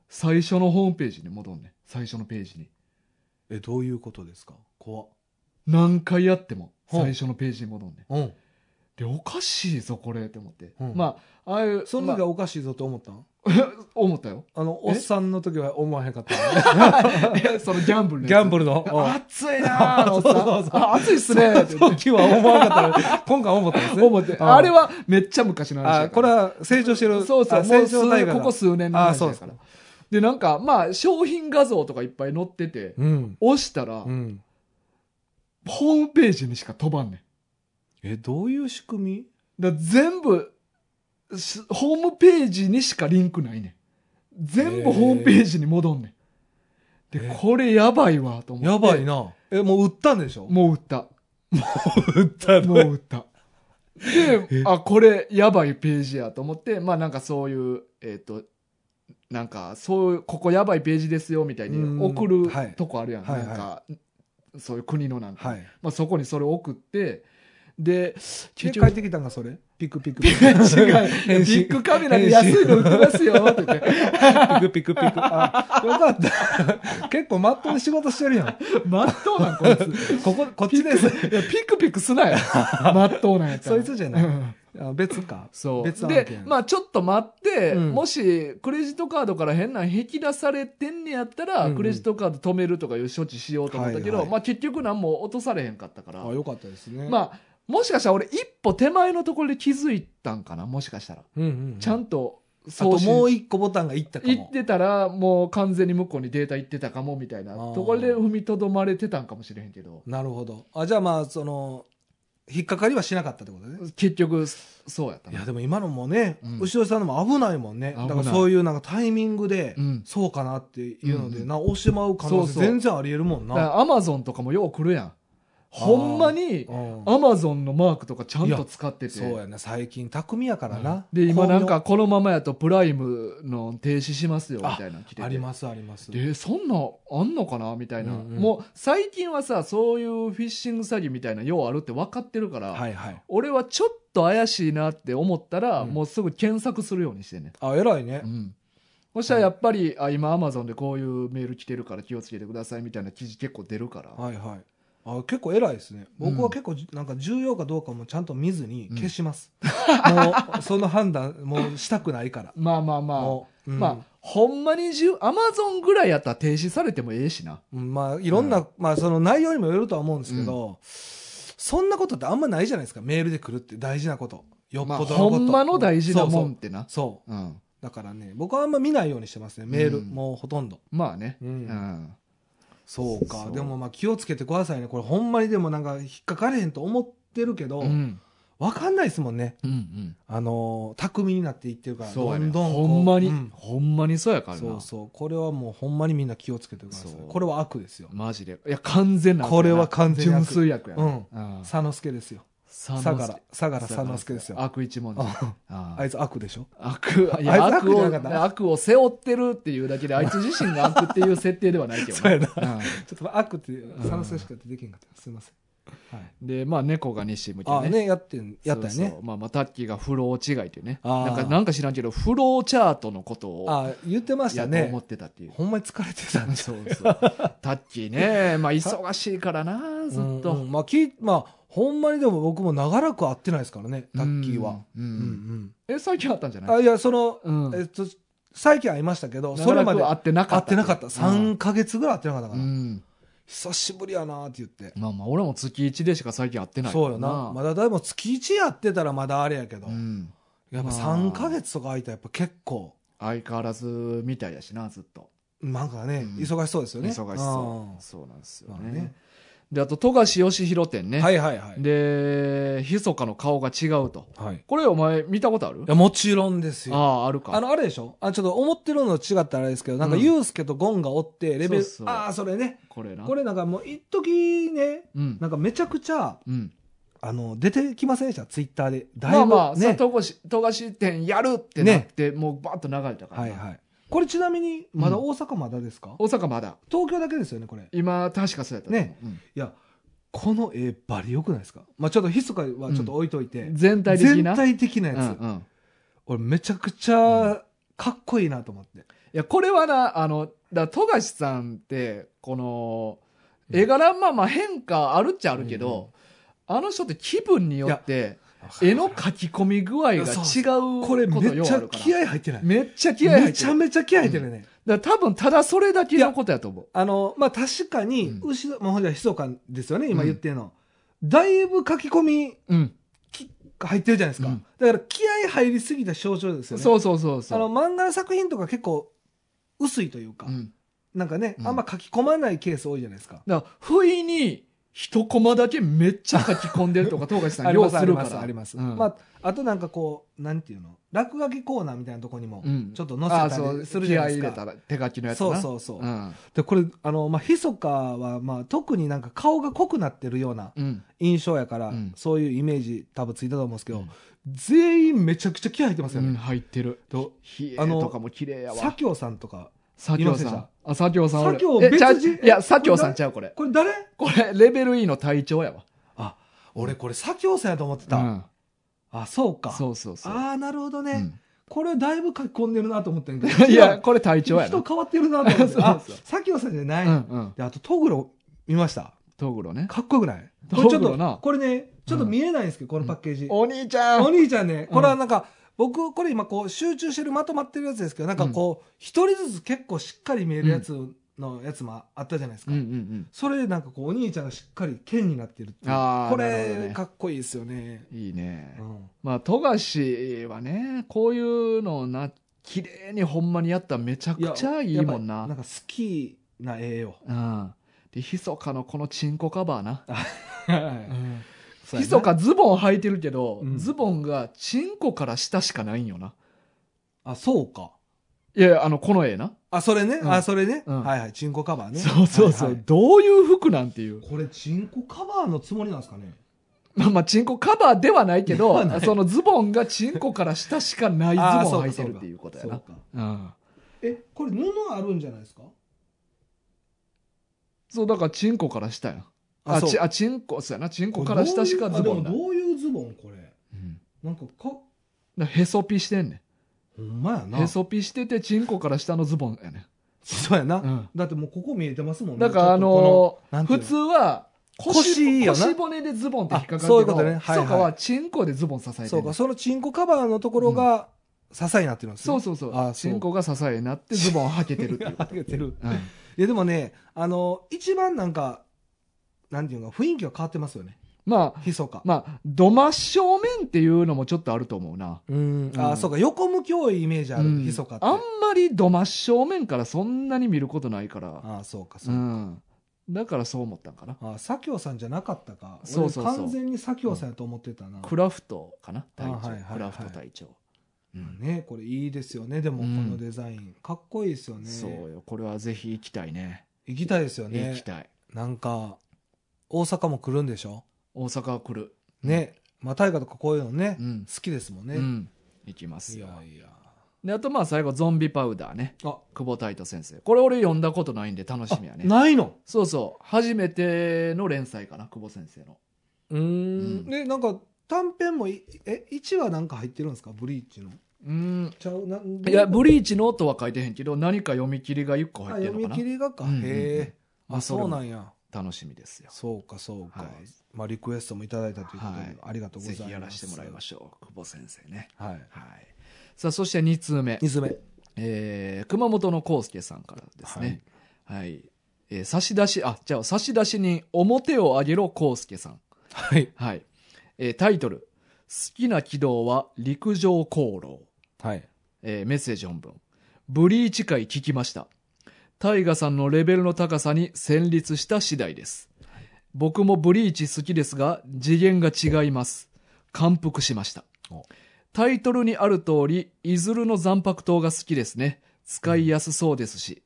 Speaker 1: 最初のホームページに戻んねん最初のページに。
Speaker 2: えどういうことですか怖っ
Speaker 1: 何回やっても、
Speaker 2: ほう
Speaker 1: 最初のページに戻んねん
Speaker 2: うん
Speaker 1: で、おかしいぞ、これ、って思って。
Speaker 2: うん
Speaker 1: まあ、ああいう、
Speaker 2: その時はおかしいぞと思ったん
Speaker 1: まあ思ったよ。
Speaker 2: あの
Speaker 1: え
Speaker 2: おっさんの時は思わへんかった
Speaker 1: いや そのギャンブルの
Speaker 2: ギャンブ
Speaker 1: ル。
Speaker 2: ルのうん
Speaker 1: 熱いなぁ、おっさん
Speaker 2: そうそうそう
Speaker 1: あ熱いっすねって
Speaker 2: その時は思わなかったのに 今回思ったんですね
Speaker 1: 思って。あれはめっちゃ昔の話
Speaker 2: あ
Speaker 1: やから。
Speaker 2: これは成長してる
Speaker 1: そうそう、
Speaker 2: あ
Speaker 1: も
Speaker 2: 成
Speaker 1: う
Speaker 2: 長代
Speaker 1: 数
Speaker 2: が
Speaker 1: ここ数年の話
Speaker 2: あ
Speaker 1: だ
Speaker 2: そ
Speaker 1: か
Speaker 2: う
Speaker 1: ら
Speaker 2: で。
Speaker 1: で、なんか、まあ、商品画像とかいっぱい載ってて、
Speaker 2: うん、
Speaker 1: 押したら、
Speaker 2: うん、
Speaker 1: ホームページにしか飛ばんね
Speaker 2: えどういう仕組み
Speaker 1: ん。だから全部、すホームページにしかリンクないねん。全部
Speaker 2: へー
Speaker 1: ホームページに戻んねん。で
Speaker 2: え、
Speaker 1: これやばいわ、と思って。
Speaker 2: やばいなえもう売ったんでしょ
Speaker 1: もう売った。
Speaker 2: 売った
Speaker 1: もう売った。で
Speaker 2: え、
Speaker 1: あ、これ、やばいページやと思って、まあなんかそういう、えっ、と、なんか、そういう、ここやばいページですよ、みたいに送
Speaker 2: う
Speaker 1: る
Speaker 2: んはい
Speaker 1: とこあるやん。
Speaker 2: はい
Speaker 1: なんか、そういう国のなんか。
Speaker 2: はい
Speaker 1: まあそこにそれ送って、で、
Speaker 2: で
Speaker 1: 結
Speaker 2: 帰っ
Speaker 1: 局、
Speaker 2: てきたんがそれピクピク
Speaker 1: 違
Speaker 2: ピ
Speaker 1: う
Speaker 2: ク
Speaker 1: ビ
Speaker 2: 返信
Speaker 1: ッグカメラで安いの売ってますよ、って言って。
Speaker 2: ク ピクピクピクあよかった 結構まっとうに仕事してるやん
Speaker 1: まっとうなん、こいつ。
Speaker 2: こここっちです
Speaker 1: いや、ピクピクすなよ。まっとうなんやったら
Speaker 2: そいつじゃない
Speaker 1: うん
Speaker 2: あ別か
Speaker 1: そう。
Speaker 2: 別案件
Speaker 1: で、まあちょっと待って、
Speaker 2: うん
Speaker 1: もしクレジットカードから変な引き出されてんねやったら、
Speaker 2: うんうん
Speaker 1: クレジットカード止めるとかいう処置しようと思ったけど、
Speaker 2: はいはい
Speaker 1: まあ結局何も落とされへんかったから、
Speaker 2: あよかったですねあ、
Speaker 1: まあもしかしたら俺一歩手前のところで気づいたんかな、もしかしたら。
Speaker 2: うんうんうん
Speaker 1: ちゃんと
Speaker 2: あと
Speaker 1: 送
Speaker 2: もう
Speaker 1: 信
Speaker 2: 一個ボタンがいったかも
Speaker 1: 行ってたら、もう完全に向こうにデータ行ってたかもみたいな
Speaker 2: あー
Speaker 1: ところで踏みとどまれてたんかもしれへんけど、
Speaker 2: なるほどあじゃあまあその引っかかりはしなかったってことね
Speaker 1: 結局そうやった
Speaker 2: い
Speaker 1: な
Speaker 2: や。でも今のもね、
Speaker 1: うん
Speaker 2: 牛尾さんのも危ないもんね
Speaker 1: 危な
Speaker 2: だ
Speaker 1: い
Speaker 2: からそういうなんかタイミングで、
Speaker 1: うん
Speaker 2: そうかなっていうので、
Speaker 1: うん
Speaker 2: 直してまう可能
Speaker 1: そう
Speaker 2: 性
Speaker 1: そう
Speaker 2: 全然ありえるもん
Speaker 1: だ
Speaker 2: な
Speaker 1: からアマゾンとかもよう来るやん。ほんまに、
Speaker 2: うん
Speaker 1: アマゾンのマークとかちゃんと使ってて。
Speaker 2: そうやな最近巧みやからな、
Speaker 1: で、今なんか
Speaker 2: 巧
Speaker 1: このままやとプライムの停止しますよみ
Speaker 2: あ
Speaker 1: たいなの来てて
Speaker 2: 妙ありますあります
Speaker 1: で、そんなんあんのかなみたいな、
Speaker 2: うんうん
Speaker 1: もう最近はさ、そういうフィッシング詐欺みたいなようあるって分かってるから、
Speaker 2: はいはい
Speaker 1: 俺はちょっと怪しいなって思ったら、
Speaker 2: うん
Speaker 1: もうすぐ検索するようにしてね。
Speaker 2: あ偉いね
Speaker 1: う、ん。そしたらやっぱり、あ今アマゾンでこういうメール来てるから気をつけてくださいみたいな記事結構出るから。
Speaker 2: はいはいあ結構偉いですね僕
Speaker 1: う
Speaker 2: は
Speaker 1: ん
Speaker 2: 結構じなんか重要かどうかもちゃんと見ずに
Speaker 1: うん
Speaker 2: 消します、 もうその判断もうしたくないから
Speaker 1: まあ まあまあ、
Speaker 2: もう、うん
Speaker 1: まあ、ほんまにじゅアマゾンぐらいやったら停止されてもええしな。
Speaker 2: うんまあいろんな、まあその内容にもよるとは思うんですけど、そんなことってあんまないじゃないですかメールで来るって大事なことよっ
Speaker 1: まあ、
Speaker 2: ぽどのこと、
Speaker 1: ほんまの大事なも
Speaker 2: そ
Speaker 1: ん
Speaker 2: う
Speaker 1: ってな。
Speaker 2: そうそう
Speaker 1: うん。
Speaker 2: だからね僕はあんま見ないようにしてますねメール、
Speaker 1: うん
Speaker 2: もうほとんど、
Speaker 1: まあね。
Speaker 2: う
Speaker 1: うんん。
Speaker 2: そうか
Speaker 1: そう
Speaker 2: でもまあ気をつけてくださいねこれほんまにでもなんか引っかかれへんと思ってるけど、
Speaker 1: う
Speaker 2: わ
Speaker 1: ん。
Speaker 2: かんないですもんね
Speaker 1: うん。
Speaker 2: あのー巧みになっていってるから
Speaker 1: そう
Speaker 2: ど
Speaker 1: やね。
Speaker 2: んどんこ
Speaker 1: ほ
Speaker 2: うん
Speaker 1: まに、
Speaker 2: う
Speaker 1: ほんまにそうやからな。
Speaker 2: そうそうこれはもうほんまにみんな気をつけてください
Speaker 1: そう
Speaker 2: これは悪ですよ、
Speaker 1: マジで。いや、完全な悪やな。
Speaker 2: これは完全に悪
Speaker 1: 純粋役やな。
Speaker 2: う
Speaker 1: うん。
Speaker 2: 佐之助ですよ
Speaker 1: さ
Speaker 2: 相良相良佐之助ですよ
Speaker 1: 悪一文字。
Speaker 2: あ
Speaker 1: あ
Speaker 2: あいつ悪でしょ
Speaker 1: 悪、い
Speaker 2: あ
Speaker 1: や、
Speaker 2: いつ悪
Speaker 1: 悪
Speaker 2: じ
Speaker 1: を、
Speaker 2: ゃなかった
Speaker 1: 悪を背負ってるっていうだけで、あいつ自身が悪っていう設定ではないけど
Speaker 2: そ
Speaker 1: ね。
Speaker 2: うやなちょ
Speaker 1: うん
Speaker 2: っと悪って佐之助しかできんかったすいません、はい、
Speaker 1: で、まあ、猫が西向き
Speaker 2: あ
Speaker 1: ね。
Speaker 2: ねやってんやったよ
Speaker 1: そう
Speaker 2: ね
Speaker 1: そうまあ、まあタッキーがフロー違いっていうね
Speaker 2: あー
Speaker 1: なんかなんか知らんけどフローチャートのことを
Speaker 2: あ言ってまし
Speaker 1: や
Speaker 2: た
Speaker 1: と思
Speaker 2: ね
Speaker 1: ってたっていう、
Speaker 2: ほんまに疲れてたんで
Speaker 1: そうそうタッキーね、まあ、忙しいからなずっと、
Speaker 2: うんうんまあきまあほんまにでも僕も長らく会ってないですからねタッキーは。
Speaker 1: うん。う
Speaker 2: うんん
Speaker 1: え、最近あったんじゃ
Speaker 2: うん、
Speaker 1: ない
Speaker 2: あいやその、
Speaker 1: うん
Speaker 2: えっと最近会いましたけどそ
Speaker 1: そ
Speaker 2: れ
Speaker 1: れま
Speaker 2: まで
Speaker 1: で会
Speaker 2: 会
Speaker 1: ってなかった。
Speaker 2: ってなかった3か月ぐらい会ってなかったか
Speaker 1: う
Speaker 2: ら、
Speaker 1: ん。
Speaker 2: 久しぶりやなーって言って、
Speaker 1: まあまあ、俺も月1でしか最近会ってないから
Speaker 2: そうよなまだでも月1やってたらまだあれやけど、
Speaker 1: うん。
Speaker 2: やっぱ
Speaker 1: まあ
Speaker 2: 3か月とか空いたらやっぱ結構
Speaker 1: 相変わらずみたいだしな、ずっと。
Speaker 2: なんかね、
Speaker 1: うん
Speaker 2: 忙しそうですよね
Speaker 1: 忙しそう。そうなんですよ
Speaker 2: まあね
Speaker 1: ね。で、あと、富樫義弘店
Speaker 2: う
Speaker 1: ね。
Speaker 2: んはいはいはい、
Speaker 1: で、ひそかの顔が違うと。
Speaker 2: はい、い
Speaker 1: これお前見たことある
Speaker 2: やもちろんです
Speaker 1: あ
Speaker 2: よ
Speaker 1: あ、あるか。
Speaker 2: あのあれでしょあちょっと思ってるのと違ったらあれですけどなんか
Speaker 1: うん
Speaker 2: ユースケとゴンがおってレベル、
Speaker 1: そうそう
Speaker 2: ああそれね
Speaker 1: これな。
Speaker 2: これなんかもう一時ね
Speaker 1: うん。
Speaker 2: なんかめちゃくちゃ
Speaker 1: うん。
Speaker 2: あの出てきませんでしたツイッターでだい
Speaker 1: まあ
Speaker 2: ぶね、
Speaker 1: まあ、さ、富樫、富樫店やるってなって、もうバーッと流れたから
Speaker 2: はい
Speaker 1: な。
Speaker 2: はいこれちなみにまだ
Speaker 1: う
Speaker 2: 大阪まだですか、
Speaker 1: 大阪まだ。
Speaker 2: 東京だけですよねこれ
Speaker 1: 今、確かそうやったと思う。
Speaker 2: ねいやこの絵バリ良くないですかまあちょっとひそかはちょっと置いといて、
Speaker 1: うん。全体的
Speaker 2: 全
Speaker 1: な。
Speaker 2: 体的なやつ、
Speaker 1: うんうん。
Speaker 2: 俺めちゃくちゃかっこいいなと思って、
Speaker 1: いや、これはな、あの、だ富樫さんって、この、
Speaker 2: うん
Speaker 1: 絵柄、まあまあ変化あるっちゃあるけど、あの人って気分によって、絵の描き込み具合が違う
Speaker 2: これ
Speaker 1: こと
Speaker 2: めっ
Speaker 1: よう
Speaker 2: ち
Speaker 1: あ
Speaker 2: ゃ
Speaker 1: るから。
Speaker 2: 気合入ってない
Speaker 1: めっちゃ気合入ってる
Speaker 2: めちゃめちゃ気合入ってるね、
Speaker 1: だから多分ただそれだけのことやと思う。
Speaker 2: あのまあ確かに
Speaker 1: うん
Speaker 2: 後ろ、まあほんじゃひそかですよね今言ってるの、だいぶ書き込み
Speaker 1: うん。
Speaker 2: が入ってるじゃないですか、
Speaker 1: うん
Speaker 2: だから気合入りすぎた象徴ですよね
Speaker 1: そうそうそう
Speaker 2: あ
Speaker 1: そう。
Speaker 2: の漫画の作品とか結構薄いというか、
Speaker 1: うん
Speaker 2: なんかね、
Speaker 1: うん
Speaker 2: あんま書き込まないケース多いじゃないですか。
Speaker 1: だから不意に一コマだけめっちゃ書き込んでるとか、富樫さん
Speaker 2: あり
Speaker 1: よう
Speaker 2: ますあ
Speaker 1: す
Speaker 2: り
Speaker 1: るか
Speaker 2: ます
Speaker 1: ら。
Speaker 2: あります、
Speaker 1: うん
Speaker 2: まあ、あとなんかこうなんていうの落書きコーナーみたいなところにも
Speaker 1: うん
Speaker 2: ちょっと載せ
Speaker 1: あ
Speaker 2: た
Speaker 1: そう
Speaker 2: りするじゃないです
Speaker 1: 気合
Speaker 2: か、
Speaker 1: 入れたら手書きのやつな。
Speaker 2: そうそうそう、
Speaker 1: うん。
Speaker 2: でこれあの、まあ、ひそかは、まあ、特になんか顔が濃くなってるような
Speaker 1: うん。
Speaker 2: 印象やから、
Speaker 1: うん
Speaker 2: そういうイメージ多分ついたと思うんですけど、
Speaker 1: うん
Speaker 2: 全員めちゃくちゃ気合入ってますよ
Speaker 1: うん
Speaker 2: ね、
Speaker 1: 入ってる。
Speaker 2: と
Speaker 1: ひえ
Speaker 2: あの
Speaker 1: とかも綺麗や
Speaker 2: 左
Speaker 1: わ。
Speaker 2: 京さんとか
Speaker 1: 佐京さ
Speaker 2: いませんでし
Speaker 1: ん。あ、佐京さんおる。
Speaker 2: 左京別
Speaker 1: えちゃう
Speaker 2: 人
Speaker 1: いや、佐京
Speaker 2: これ
Speaker 1: さん
Speaker 2: 誰
Speaker 1: ちゃう、これ。
Speaker 2: これ誰
Speaker 1: これ、レベル E の隊長やわ。
Speaker 2: あ俺これ左京さんやと思ってた、
Speaker 1: うん
Speaker 2: あそうか
Speaker 1: そうそうそう。
Speaker 2: ああなるほどね、
Speaker 1: うん
Speaker 2: これだいぶ書き込んでるなと思ったんやけど
Speaker 1: いや、これ隊長やな。
Speaker 2: 人変わってるなと思って
Speaker 1: そう
Speaker 2: あ
Speaker 1: そう
Speaker 2: さきのさんじゃない、
Speaker 1: うんうん。
Speaker 2: であとトグロ見ました
Speaker 1: トグロね。
Speaker 2: かっこよくないこ
Speaker 1: ト
Speaker 2: れちょっ
Speaker 1: グロな
Speaker 2: とこれねちょっと見えないんですけど、このパッケージ、
Speaker 1: お兄ちゃん
Speaker 2: お兄ちゃんねこれはなんか、僕これ今こう集中してるまとまってるやつですけどなんかこう一、人ずつ結構しっかり見えるやつのやつもあったじゃないです
Speaker 1: う
Speaker 2: か、
Speaker 1: んうん
Speaker 2: それでなんかこうお兄ちゃんがしっかり剣になってるっていう
Speaker 1: あー
Speaker 2: こ
Speaker 1: なるほど
Speaker 2: れ
Speaker 1: ね
Speaker 2: かっこいいですよね、
Speaker 1: うん。いいね
Speaker 2: う。ん
Speaker 1: まあ、富樫はね、こういうのをな、綺麗にほんまにやったらめちゃくちゃいいもん
Speaker 2: やっぱ
Speaker 1: な
Speaker 2: なん。か好きな栄 養
Speaker 1: うん。で、ひそかのこのチンコカバーな。
Speaker 2: はい
Speaker 1: ひそかズボン履いてるけど、
Speaker 2: うん
Speaker 1: ズボンがチンコから下しかないんよな。
Speaker 2: あそうか
Speaker 1: いやいや、あの、この絵な。
Speaker 2: あそれね、
Speaker 1: うん
Speaker 2: あそれね、
Speaker 1: うん
Speaker 2: はいはいチンコカバーね
Speaker 1: そうそうそう、
Speaker 2: はいはい
Speaker 1: どういう服なんていう。
Speaker 2: これチンコカバーのつもりなんですかね
Speaker 1: まあまあ、チンコカバーではないけ
Speaker 2: ではな
Speaker 1: ど、
Speaker 2: い
Speaker 1: そのズボンがチンコから下しかないズ
Speaker 2: あー
Speaker 1: ボ
Speaker 2: そ
Speaker 1: ン履
Speaker 2: うか
Speaker 1: いて
Speaker 2: そう
Speaker 1: る
Speaker 2: か
Speaker 1: っていうことや
Speaker 2: そ
Speaker 1: な
Speaker 2: う。か
Speaker 1: うん。
Speaker 2: えこれ布あるんじゃないですか
Speaker 1: そう、だからチンコから下や。
Speaker 2: あ
Speaker 1: あ、
Speaker 2: そう
Speaker 1: ち、あ、チンコ、そうやな。チンコから下しかズボン
Speaker 2: こ
Speaker 1: な
Speaker 2: れ
Speaker 1: い。
Speaker 2: どういうあでもどういうズボンこれ
Speaker 1: うん
Speaker 2: なんかかほ
Speaker 1: だからへそピしてんね
Speaker 2: んまや
Speaker 1: ん。
Speaker 2: な
Speaker 1: へそピしてて、チンコから下のズボンやね
Speaker 2: そうやな、
Speaker 1: ん。うん。
Speaker 2: だってもうここ見えてますもんね
Speaker 1: だから、あ
Speaker 2: ちょ
Speaker 1: の
Speaker 2: っとこなんてい
Speaker 1: 普
Speaker 2: うの
Speaker 1: 通は腰
Speaker 2: 腰よな
Speaker 1: 腰骨でズボンって引っかかるけど
Speaker 2: あ
Speaker 1: そ
Speaker 2: そういうことねはいはい
Speaker 1: ひそかはチンコでズボン支えてる
Speaker 2: そうかそのチンコカバーのところが支えになってるんです
Speaker 1: そう
Speaker 2: そ
Speaker 1: そうそう
Speaker 2: あそう
Speaker 1: チンコが支えになってズボンをはけてるっていう、
Speaker 2: 上げてる
Speaker 1: うん
Speaker 2: いやでもねあの一番なんかなんていうか雰囲気が変わってますよね
Speaker 1: まあ
Speaker 2: ひそか、
Speaker 1: まあど真正面っていうのもちょっとあると思うな
Speaker 2: うん
Speaker 1: う
Speaker 2: あ
Speaker 1: ん
Speaker 2: そうか横向き多いイメージある、
Speaker 1: うん
Speaker 2: ひそかって
Speaker 1: あんまりど真正面からそんなに見ることないから
Speaker 2: ああそうか
Speaker 1: う
Speaker 2: そうか、
Speaker 1: んだからそう思ったんかな
Speaker 2: ああ左京さんじゃなかったか
Speaker 1: そうそうそう
Speaker 2: 俺完全に左京さんやと思ってたな、
Speaker 1: クラフトかな隊長、
Speaker 2: あはいはいはい
Speaker 1: クラフト隊長、うん
Speaker 2: ねこれいいですよねでも
Speaker 1: う
Speaker 2: こ
Speaker 1: ん
Speaker 2: のデザイン、かっこいいですよね
Speaker 1: そうよこれはぜひ行きたいね
Speaker 2: 行きたいですよ
Speaker 1: 行
Speaker 2: ね
Speaker 1: きたい
Speaker 2: なんか大阪も来るんでしょ
Speaker 1: 大阪は来る
Speaker 2: ねまあ大河とかこういうのね、
Speaker 1: うん
Speaker 2: 好きですもんね、
Speaker 1: うん、いきます
Speaker 2: い
Speaker 1: よ
Speaker 2: やいや
Speaker 1: であとまあ最後ゾンビパウダーね
Speaker 2: あ
Speaker 1: 久保太斗先生これ俺読んだことないんで楽しみやね
Speaker 2: ないの
Speaker 1: そうそう初めての連載かな久保先生の
Speaker 2: うー
Speaker 1: うん
Speaker 2: んねなんか短編もいえ一話なんか入ってるんですかブリーチの
Speaker 1: うん
Speaker 2: ちゃうなん
Speaker 1: いやブリーチのとは書いてへんけど何か読み切りが1個
Speaker 2: あ
Speaker 1: 入ってる
Speaker 2: 読
Speaker 1: のか
Speaker 2: み
Speaker 1: な
Speaker 2: 切りがか、
Speaker 1: うんうんうん
Speaker 2: へえ
Speaker 1: まあ
Speaker 2: あ
Speaker 1: そ
Speaker 2: そ
Speaker 1: れも
Speaker 2: うなんや
Speaker 1: 楽しみですよ。
Speaker 2: そうかそうか、
Speaker 1: はい
Speaker 2: まあ、リクエストもいただいたということで、
Speaker 1: はい
Speaker 2: ありがとうご
Speaker 1: ぜ
Speaker 2: ざいます
Speaker 1: ひやらせてもらいましょう。久保先生ね。
Speaker 2: はい、
Speaker 1: はい。さあ、そして2通目。
Speaker 2: 2つ目
Speaker 1: えー熊本の康介さんからですね。はい。えー差出し、あ、じゃあ、差出人、表を上げろ康介さん。
Speaker 2: はい
Speaker 1: はい。えータイトル、好きな軌道は陸上航路。
Speaker 2: はい
Speaker 1: えーメッセージ本文。ブリーチ会聞きました。タイガさんのレベルの高さに戦慄した次第です。僕もブリーチ好きですが、次元が違います。感服しました
Speaker 2: お。
Speaker 1: タイトルにある通り、いずるの残白刀が好きですね。使いやすそうですし、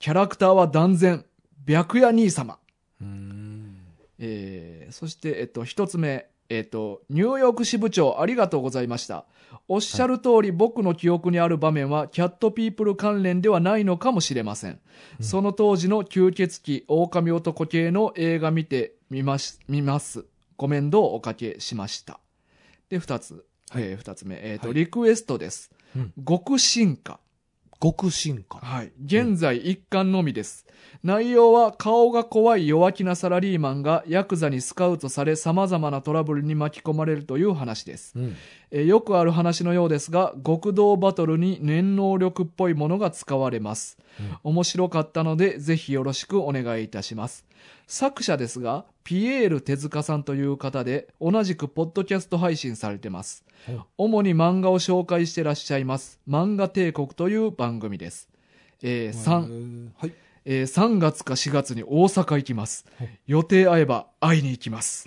Speaker 1: キャラクターは断然、白夜兄様。
Speaker 2: うん
Speaker 1: えーそして、えっと、一つ目、えっと、ニューヨーク支部長ありがとうございました。おっしゃる通り、僕の記憶にある場面は、キャットピープル関連ではないのかもしれません。
Speaker 2: うん
Speaker 1: その当時の吸血鬼、狼男系の映画見てみまし、見ます。コメントをおかけしました。で、二つ、
Speaker 2: はい
Speaker 1: えー二つ目、えっと、
Speaker 2: はい
Speaker 1: リクエストです。
Speaker 2: うん
Speaker 1: 極進化。
Speaker 2: 極進化
Speaker 1: はい。現在一巻のみです。内容は顔が怖い弱気なサラリーマンがヤクザにスカウトされ様々なトラブルに巻き込まれるという話です。
Speaker 2: うん
Speaker 1: えーよくある話のようですが、極道バトルに念能力っぽいものが使われます。面白かったので、ぜひよろしくお願いいたします。作者ですが、ピエール手塚さんという方で、同じくポッドキャスト配信されてます
Speaker 2: うん。
Speaker 1: 主に漫画を紹介してらっしゃいます。漫画帝国という番組です。えー、3、
Speaker 2: 三はい
Speaker 1: えー3月か4月に大阪行きます
Speaker 2: はい。
Speaker 1: 予定合えば会いに行きます。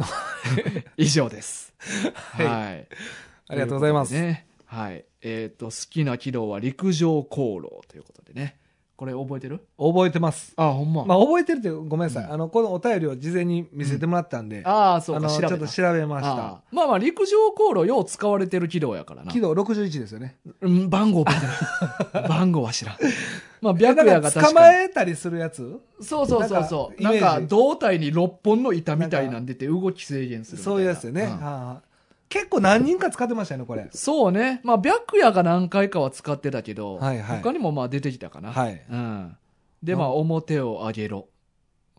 Speaker 1: 以上です。
Speaker 2: い
Speaker 1: はい
Speaker 2: ありがとうございます
Speaker 1: とうことでね、はい。えっ、と、好きな軌道は陸上航路ということでね。これ覚えてる
Speaker 2: 覚えてます
Speaker 1: あ、ほんま
Speaker 2: まあ覚えてるってごめんなさい、
Speaker 1: うん
Speaker 2: あのこのお便りを事前に見せてもらったんで、あ
Speaker 1: ああ、そうか、
Speaker 2: の
Speaker 1: 調
Speaker 2: ち
Speaker 1: べ
Speaker 2: ょ
Speaker 1: た
Speaker 2: っと調べまし
Speaker 1: あー
Speaker 2: た
Speaker 1: まあまあ、陸上航路よう使われてる軌道やからな。
Speaker 2: 軌道61ですよね
Speaker 1: うん、番号覚えて ない。番号は知らん。まあ、
Speaker 2: いや
Speaker 1: 白
Speaker 2: な
Speaker 1: 夜
Speaker 2: ん
Speaker 1: が
Speaker 2: か
Speaker 1: 確
Speaker 2: 捕
Speaker 1: か
Speaker 2: ま
Speaker 1: に。
Speaker 2: えたりするやつ
Speaker 1: そうそうそうそう。
Speaker 2: な
Speaker 1: なん
Speaker 2: んかイメージ
Speaker 1: か、胴体に6本の板みたいなんでて動き制限するみたいな。
Speaker 2: そういうやつよね、
Speaker 1: ん
Speaker 2: はあ結構何人か使ってましたよねこれ
Speaker 1: そうね。まあ、白夜が何回かは使ってたけど、
Speaker 2: はいはい
Speaker 1: 他にもまあ出てきたかな。
Speaker 2: はい
Speaker 1: うん。で、まあ、表を上げろ。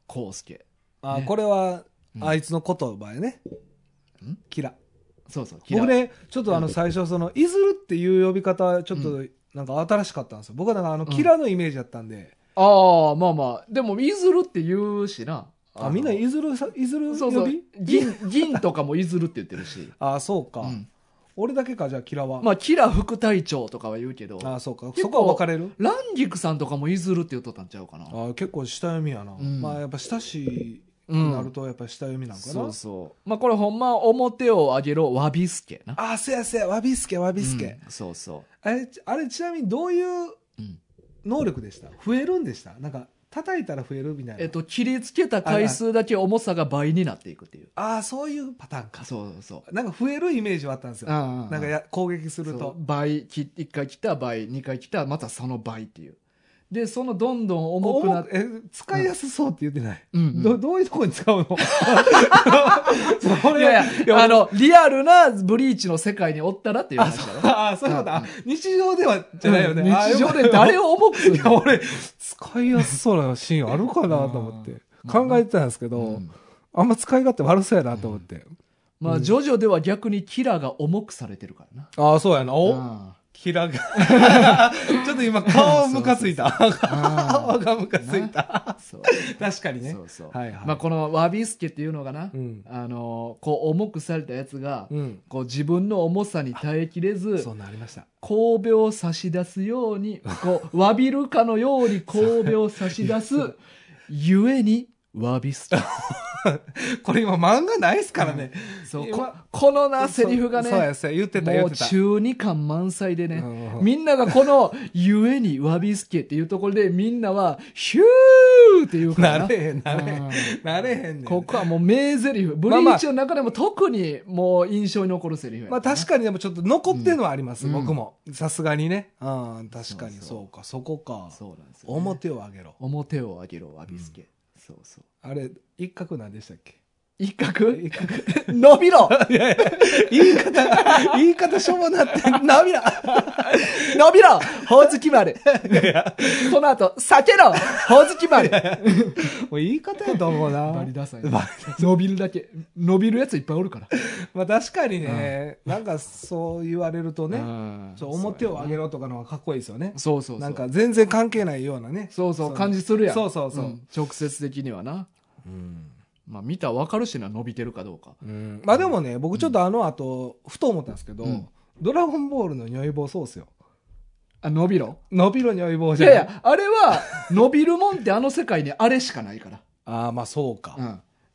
Speaker 1: 康介。
Speaker 2: あ
Speaker 1: ね
Speaker 2: これは
Speaker 1: うん
Speaker 2: あいつの言葉やね、
Speaker 1: ん
Speaker 2: キラ
Speaker 1: そうそう。
Speaker 2: 僕
Speaker 1: 嫌い。
Speaker 2: ねちょっとあの最初その「いずる」っていう呼び方ちょっとなんか新しかったんですよ僕はなんかあ
Speaker 1: う
Speaker 2: の
Speaker 1: ん
Speaker 2: キラのイメージだったんで、
Speaker 1: ああ、まあまあ。でも、いずるって言うしな。
Speaker 2: あみんな「
Speaker 1: い
Speaker 2: いずる」さ「いずる」
Speaker 1: そ
Speaker 2: 呼
Speaker 1: うそう
Speaker 2: び。
Speaker 1: 銀、銀とかもいずるって言ってるし。
Speaker 2: あそうか、
Speaker 1: うん
Speaker 2: 俺だけかじゃあキラは、
Speaker 1: まあ、キラ副隊長とかは言うけど、
Speaker 2: あそうか
Speaker 1: 結
Speaker 2: そ
Speaker 1: 構
Speaker 2: こは分かれる
Speaker 1: ランギクさんとかもいずるって言っとったんちゃうかな。
Speaker 2: あ結構下読みやな、
Speaker 1: うん
Speaker 2: まあやっぱ親し
Speaker 1: う
Speaker 2: く
Speaker 1: ん
Speaker 2: なるとやっぱ下読みなんかな、
Speaker 1: そうそう。まあ、これほんま、表を上げろ、わびすけな。
Speaker 2: あせやせやわびすけわびすけ、
Speaker 1: うんそうそう。
Speaker 2: あれちあれちなみにどういう
Speaker 1: うん
Speaker 2: 能力でした増えるんでしたなんか叩いたら増えるみたいな、
Speaker 1: えっと、切りつけた回数だけ重さが倍になっていくっていう。
Speaker 2: ああそういうパターンか
Speaker 1: かそうそうそう。
Speaker 2: なんか増えるイメージはあったんですよ
Speaker 1: な
Speaker 2: なんかや攻撃す
Speaker 1: す
Speaker 2: る
Speaker 1: ると
Speaker 2: と
Speaker 1: 倍き1回来た倍2回来たまたその倍っていうでそのどんどん重くなっ
Speaker 2: 重
Speaker 1: て、
Speaker 2: え使いやすそうって言ってない、
Speaker 1: うんうん
Speaker 2: どどういうとこに使うの そ
Speaker 1: い
Speaker 2: れ
Speaker 1: やいやあのリアルなブリーチの世界におったらっていう
Speaker 2: あ
Speaker 1: 話
Speaker 2: そ
Speaker 1: だ
Speaker 2: う
Speaker 1: ろ
Speaker 2: あそういうこと、あ
Speaker 1: うん
Speaker 2: 日常ではじゃないよね、
Speaker 1: うん
Speaker 2: あ
Speaker 1: 日常で誰を重くする
Speaker 2: いや俺 使いやすそうなシーンあるかなと思って
Speaker 1: うん
Speaker 2: 考えてたんですけど、
Speaker 1: うん
Speaker 2: あんま使い勝手悪そうやなと思って、
Speaker 1: まあジョジョでは逆にキラが重くされてるからな
Speaker 2: ああそうやなお、
Speaker 1: あ
Speaker 2: キ ラがちょっと今顔ムカついた
Speaker 1: あ
Speaker 2: 顔がムカついた
Speaker 1: あそう
Speaker 2: 確かにね
Speaker 1: そうそう、
Speaker 2: はいはい
Speaker 1: まあ、このワビスケっていうのがな、
Speaker 2: うん
Speaker 1: あのこう重くされたやつが、
Speaker 2: うん
Speaker 1: こう自分の重さに耐えきれず
Speaker 2: そんなんありました
Speaker 1: 神戸を差し出すように、こう、わびるかのように神戸を差し出す、ゆえに、わび す。
Speaker 2: これ今漫画ないっすからね、
Speaker 1: そう、こ
Speaker 2: 今
Speaker 1: このな、セリフが
Speaker 2: そうそう
Speaker 1: ね
Speaker 2: や、そうや言ってた言
Speaker 1: も
Speaker 2: っ
Speaker 1: う
Speaker 2: てた
Speaker 1: 中二感満載でね
Speaker 2: うん、うん
Speaker 1: みんながこの、ゆえに、わびすけっていうところで、みんなは、ヒューっていうから
Speaker 2: なれへんなれへ
Speaker 1: うんん
Speaker 2: なれへんねん
Speaker 1: ここはもう名セリフ。ブリーチの中でも特にもう印象に残るセリフや
Speaker 2: ま
Speaker 1: な
Speaker 2: あ確かにでもちょっと残ってるのはあります、
Speaker 1: うん
Speaker 2: 僕もさすがにねうん確かに
Speaker 1: そうそう
Speaker 2: そうかそこか
Speaker 1: そうなんですよね、
Speaker 2: 表を上げろ
Speaker 1: 表を上げろ、わびすけ。そうそう。
Speaker 2: あれ一角なんでしたっけ
Speaker 1: 一角伸びろ
Speaker 2: 言い方、言い方しょぼなって、涙。
Speaker 1: 伸びろほおずき丸この後、避けろほおずき丸
Speaker 2: もう言い方やと思うな。
Speaker 1: バリダサい
Speaker 2: バリ
Speaker 1: 伸びるだけ。伸びるやついっぱいおるから。
Speaker 2: まあ確かにね、なんかそう言われるとね、
Speaker 1: ね
Speaker 2: そう表を上げろとかのはかっこいいですよね。
Speaker 1: そうそうそう。
Speaker 2: なんか全然関係ないようなね。
Speaker 1: そうそう、
Speaker 2: そう
Speaker 1: 感じするやん。
Speaker 2: そうそうそうん
Speaker 1: 直接的にはな。まあ見たらわかるしな、伸びてるかどうか。
Speaker 2: うんまあでもね、僕ちょっとあの後、ふと思ったんですけど、
Speaker 1: うん
Speaker 2: ドラゴンボールの如意棒そうっすよ。
Speaker 1: あ、伸びろ
Speaker 2: 伸びろ如意棒
Speaker 1: い
Speaker 2: じゃ
Speaker 1: や
Speaker 2: ん。
Speaker 1: いや、あれは、伸びるもんってあの世界にあれしかないから。
Speaker 2: ああ、まあそうか。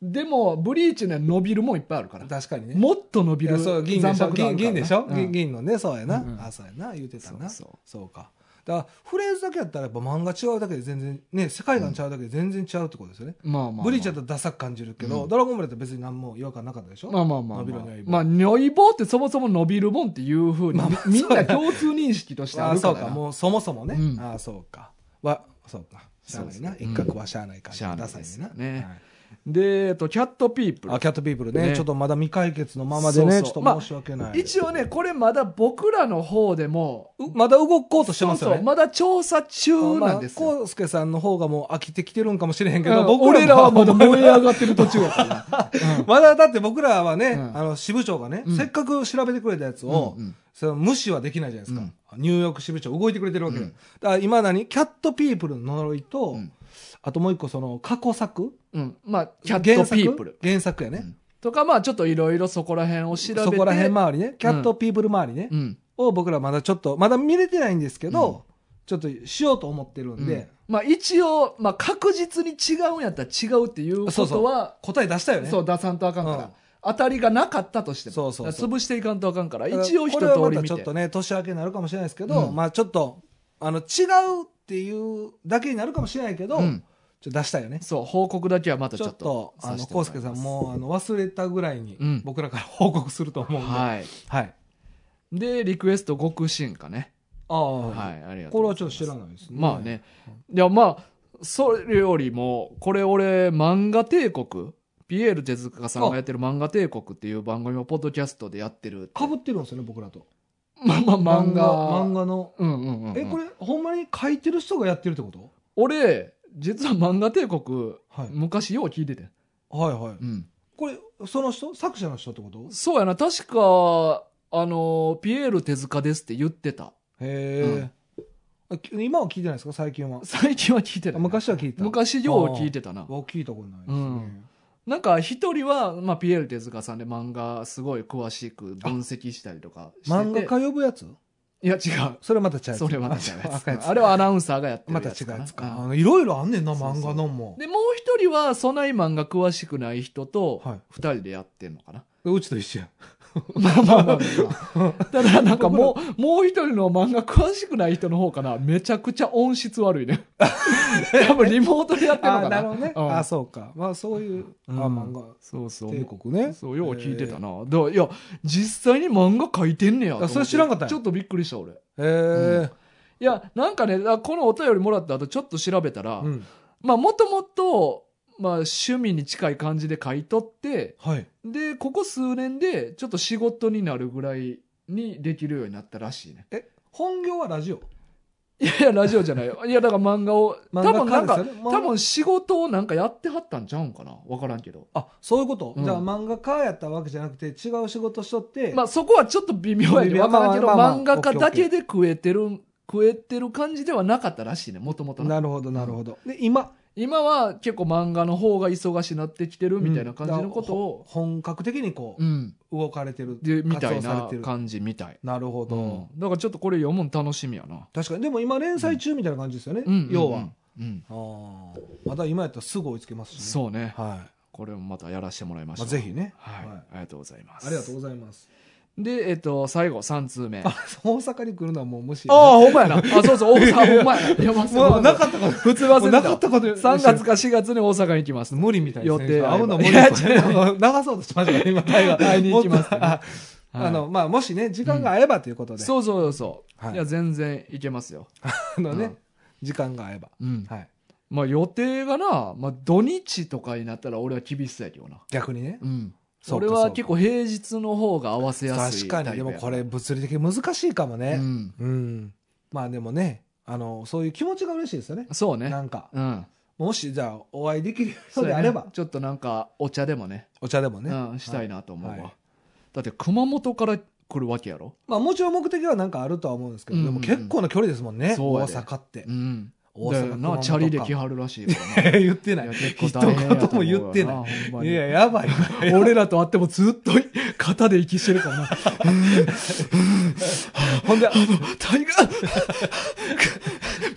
Speaker 1: うん。でも、ブリーチには伸びるもんいっぱいあるから。
Speaker 2: 確かにね。
Speaker 1: もっと伸
Speaker 2: い
Speaker 1: び
Speaker 2: や
Speaker 1: る
Speaker 2: そう銀でしょ
Speaker 1: 残酷があるか
Speaker 2: 銀
Speaker 1: らな
Speaker 2: 銀でしょ、
Speaker 1: うん
Speaker 2: 銀銀のねそうやな、
Speaker 1: うんうん
Speaker 2: あそうやな言うてたなそ
Speaker 1: そうう
Speaker 2: かだからフレーズだけやったらやっぱ漫画違うだけで全然ね世界観違うだけで全然違うってことですよね、
Speaker 1: まあまあまあ。
Speaker 2: ブリーチだとダサく感じるけど、
Speaker 1: うん
Speaker 2: ドラゴンボールだと別に何も違和感なかったでしょ、
Speaker 1: まあまあまあ、まあ。
Speaker 2: 伸びろ如意棒
Speaker 1: まあ、如意棒ってそもそも伸びるもんっていうふうに、
Speaker 2: まあまあ
Speaker 1: みみん
Speaker 2: そうや
Speaker 1: な
Speaker 2: な
Speaker 1: 共通認識として
Speaker 2: あ
Speaker 1: あ
Speaker 2: あ
Speaker 1: るか
Speaker 2: そう
Speaker 1: らな。
Speaker 2: かもうそもそもね、
Speaker 1: うん
Speaker 2: ああそうかはそうかしゃあない
Speaker 1: そう
Speaker 2: な、
Speaker 1: です
Speaker 2: 一
Speaker 1: ね
Speaker 2: 角はしゃあないか
Speaker 1: しゃ
Speaker 2: ら、
Speaker 1: あ
Speaker 2: ダ
Speaker 1: ない
Speaker 2: サい
Speaker 1: で
Speaker 2: ね
Speaker 1: す
Speaker 2: な
Speaker 1: よねで、えっと、キャットピープル
Speaker 2: はいあ。キャットピープルね
Speaker 1: ね
Speaker 2: ちょっとまだ未解決のままでね
Speaker 1: そうそう
Speaker 2: ちょっと申し訳ない、
Speaker 1: 一応ね、これまだ僕らの方でも、
Speaker 2: うまだ動こうとしてますよ
Speaker 1: そう
Speaker 2: ね
Speaker 1: そうまだ調査中
Speaker 2: ま
Speaker 1: な
Speaker 2: あ
Speaker 1: んですよ。
Speaker 2: コウスケさんの方がもう飽きてきてるんかもしれへんけ
Speaker 1: う
Speaker 2: ど、
Speaker 1: ん
Speaker 2: 僕
Speaker 1: 俺らはまだ燃え
Speaker 2: が
Speaker 1: 上がってる途中や からな
Speaker 2: まだだって僕らはね、
Speaker 1: うん
Speaker 2: あの支部長がね、
Speaker 1: うん
Speaker 2: せっかく調べてくれたやつ
Speaker 1: うん
Speaker 2: を、
Speaker 1: うん
Speaker 2: その無視はできないじゃないですか、ニューヨーク支部長動いてくれてるわけ、
Speaker 1: うん
Speaker 2: だから今何キャットピープルの呪いと、
Speaker 1: うん
Speaker 2: あともう一個その過去作
Speaker 1: うん。まあ、キャットピープル。
Speaker 2: 原作やね、
Speaker 1: うんとか、まあ、ちょっといろいろそこら辺を調べて。
Speaker 2: そこら辺周りねキャットピープル周りね、
Speaker 1: うん。
Speaker 2: を僕らまだちょっとまだ見れてないんですけど、ちょっとしようと思ってるんで、
Speaker 1: うんまあ、一応、まあ、確実に違うんやったら違うっていうこ
Speaker 2: そうそ
Speaker 1: とは、
Speaker 2: 答え出したよね
Speaker 1: そう、出さんとあかんから。
Speaker 2: うん
Speaker 1: 当たりがなかったとしても。
Speaker 2: そうそうそう
Speaker 1: だから潰していかんとあかんから、
Speaker 2: だから
Speaker 1: 一応一
Speaker 2: こ
Speaker 1: 通
Speaker 2: れはま
Speaker 1: り
Speaker 2: た
Speaker 1: 見
Speaker 2: ちょってと。ね年明けになるかもしれないですけど、
Speaker 1: うん
Speaker 2: まあちょっとあの違うっていうだけになるかもしれないけど、
Speaker 1: うん
Speaker 2: ちょっと出したいよね
Speaker 1: そう、報告だけはまたち
Speaker 2: ちょ
Speaker 1: ょ
Speaker 2: っ
Speaker 1: っと
Speaker 2: と
Speaker 1: さ
Speaker 2: あ
Speaker 1: せ
Speaker 2: の
Speaker 1: てもらい
Speaker 2: 浩
Speaker 1: ます。
Speaker 2: 介さんもうあの忘れたぐらいに
Speaker 1: うん
Speaker 2: 僕らから報告すると思うんで、はい、
Speaker 1: はい。で、リクエスト極進化ね。
Speaker 2: ああ、
Speaker 1: はい、ありがとうございます。
Speaker 2: これはちょっと知らないですね
Speaker 1: まあね。いや、まあ、それよりも、これ俺、漫画帝国、ピエール手塚さんがやってる漫画帝国っていう番組をポッドキャストでやってる。
Speaker 2: かぶってるんですよね僕らと
Speaker 1: まあまあ漫画。
Speaker 2: 漫画の
Speaker 1: うんうんうんうん。
Speaker 2: えこれほんまに書いてる人がやってるってこと、
Speaker 1: 俺、実は漫画帝国、
Speaker 2: はい、
Speaker 1: 昔よう聞いてて。
Speaker 2: はいはい
Speaker 1: うん。
Speaker 2: これその人作者の人ってこと
Speaker 1: そうやな、確か、あの、ピエール手塚ですって言ってた。
Speaker 2: へえ、今は聞いてないですか最近は
Speaker 1: 最近は聞いてない。
Speaker 2: 昔は聞いた
Speaker 1: 昔よう聞いてたな。
Speaker 2: 僕聞いたことないですね、
Speaker 1: うんなんか一人は、まあ、ピエール手塚さんで漫画すごい詳しく分析したりとかしてて。
Speaker 2: 漫画家呼ぶやつ
Speaker 1: いや違う。
Speaker 2: それまた違うやつ
Speaker 1: それまた違うや
Speaker 2: 赤いや
Speaker 1: つ。
Speaker 2: つ
Speaker 1: あれはアナウンサーがやってる
Speaker 2: ま
Speaker 1: や
Speaker 2: た違
Speaker 1: つ
Speaker 2: う
Speaker 1: かな。
Speaker 2: やつか
Speaker 1: うん
Speaker 2: あのいろいろあんねんな
Speaker 1: そうそう
Speaker 2: 漫画のも
Speaker 1: で、もう一人は、そない漫画詳しくない人と
Speaker 2: はい、
Speaker 1: 二人でやってんのかな。
Speaker 2: うちと一緒や
Speaker 1: まあまあまあまあ。ただなんかもう、 もう一人の漫画詳しくない人の方かな。めちゃくちゃ音質悪いね。多分リモートでやってるの
Speaker 2: あ
Speaker 1: かな。
Speaker 2: なるほどね
Speaker 1: うん
Speaker 2: あそうかまあそういうあ
Speaker 1: うん
Speaker 2: 漫画
Speaker 1: そうそう。
Speaker 2: 帝国ね
Speaker 1: そう、よう聞いてたな。だからいや、実際に漫画書いてんねやと思って。
Speaker 2: あそれ知らんかったんや
Speaker 1: ちょっとびっくりした、俺。い
Speaker 2: へえ
Speaker 1: や、なんかね、あこのお便りもらった後、ちょっと調べたら、
Speaker 2: うん
Speaker 1: まあ、もともと、まあ、趣味に近い感じで書いとって、
Speaker 2: はい
Speaker 1: で、ここ数年で、ちょっと仕事になるぐらいにできるようになったらしいね。
Speaker 2: 本業はラジオ
Speaker 1: いやいや、ラジオじゃないよ。いや、だから漫画を、多
Speaker 2: 漫
Speaker 1: 分
Speaker 2: 画
Speaker 1: な
Speaker 2: 家
Speaker 1: んか
Speaker 2: ですよ、ね漫画
Speaker 1: 多分仕事をなんかやってはったんちゃうんかなわからんけど。
Speaker 2: あそういうこと
Speaker 1: うん
Speaker 2: じゃあ漫画家やったわけじゃなくて違う仕事しとって
Speaker 1: まあそこはちょっと微妙やけ
Speaker 2: 微
Speaker 1: ど、
Speaker 2: 妙
Speaker 1: わからんけど、
Speaker 2: まあまあまあ
Speaker 1: 漫画家だけで食えてる、食えてる感じではなかったらしいね、もともと
Speaker 2: なるほどなるほどで今
Speaker 1: 今は結構漫画の方が忙しなってきてるみたいな感じのこと
Speaker 2: うん
Speaker 1: を、
Speaker 2: 本格的にこ
Speaker 1: うん、
Speaker 2: う動かれてる
Speaker 1: で、みたい
Speaker 2: 活動さ
Speaker 1: な
Speaker 2: れてる
Speaker 1: 感じみたい。
Speaker 2: なるほ
Speaker 1: う
Speaker 2: ど
Speaker 1: んだからちょっとこれ読むの楽しみやな。
Speaker 2: 確かにでも今連載中みたいな感じですよね、
Speaker 1: うん
Speaker 2: 要は、。
Speaker 1: うんうん。
Speaker 2: ああまた今やったらすぐ追いつけますし、ね、
Speaker 1: そうね。
Speaker 2: はい
Speaker 1: これもまたやらせてもらいまし
Speaker 2: ま
Speaker 1: た。
Speaker 2: あ、ぜひね、
Speaker 1: はい。
Speaker 2: はい
Speaker 1: ありがとうございます。
Speaker 2: ありがとうございます
Speaker 1: で、えっと、最後、3通目。
Speaker 2: あ大阪に来るのはもう無視
Speaker 1: あ、ほんまやな。あ、そうそう、大阪ほんまやな。いや、まあ
Speaker 2: もうなか
Speaker 1: っ
Speaker 2: ったこと
Speaker 1: 普通忘れ
Speaker 2: もう
Speaker 1: て
Speaker 2: なかったこと
Speaker 1: 3月か4月に大阪に行きます。
Speaker 2: 無理みたいですね
Speaker 1: 予定合えば
Speaker 2: 会うの無理
Speaker 1: いや違
Speaker 2: 流そうとしましたね今会 話
Speaker 1: 会いに行きますね
Speaker 2: もっとああのまあもしね時間が合えばということで、
Speaker 1: そうそうそう。
Speaker 2: はい
Speaker 1: い、や、全然行けますよ。
Speaker 2: あのね、
Speaker 1: うん
Speaker 2: 時間が合えば、
Speaker 1: うん。
Speaker 2: はい
Speaker 1: まあ予定がな、まあ土日とかになったら俺は厳しそうやけどな。
Speaker 2: 逆にね
Speaker 1: うん。
Speaker 2: そ
Speaker 1: そ
Speaker 2: うか
Speaker 1: れ
Speaker 2: そう
Speaker 1: は
Speaker 2: か
Speaker 1: 結構平日の方が合わせやす
Speaker 2: 確
Speaker 1: い
Speaker 2: か
Speaker 1: タ
Speaker 2: に
Speaker 1: イ
Speaker 2: で
Speaker 1: プ
Speaker 2: も
Speaker 1: や
Speaker 2: これ物理的に難しいかも
Speaker 1: う
Speaker 2: ね
Speaker 1: ん。
Speaker 2: うん、まあでもねあのそういう気持ちが嬉しいですよね
Speaker 1: そうね
Speaker 2: な。んか
Speaker 1: うん。
Speaker 2: もしじゃあお会いできるよう
Speaker 1: う
Speaker 2: で
Speaker 1: や
Speaker 2: あ
Speaker 1: ね
Speaker 2: れば、
Speaker 1: ちょっとなんかお茶でもね、
Speaker 2: お茶でもね、
Speaker 1: うん、したいなと思うわ。
Speaker 2: はい
Speaker 1: だって熊本から来るわけやろ。
Speaker 2: まあもちろん目的はなんかあるとは思うんですけど、
Speaker 1: うんうんうん
Speaker 2: でも結構な距離ですもんね、
Speaker 1: そう
Speaker 2: 大
Speaker 1: やで
Speaker 2: 阪って、
Speaker 1: うん。
Speaker 2: 大
Speaker 1: だよ
Speaker 2: 阪熊本
Speaker 1: な、
Speaker 2: か。
Speaker 1: チャリで来はるらしいからな
Speaker 2: 言って ない
Speaker 1: いや
Speaker 2: い
Speaker 1: 結構大変やと思うよ
Speaker 2: 一言も言って
Speaker 1: な。ほんま
Speaker 2: や
Speaker 1: に
Speaker 2: やばい
Speaker 1: 俺らと会ってもずっと肩で息してる からな。
Speaker 2: ほんで
Speaker 1: 大河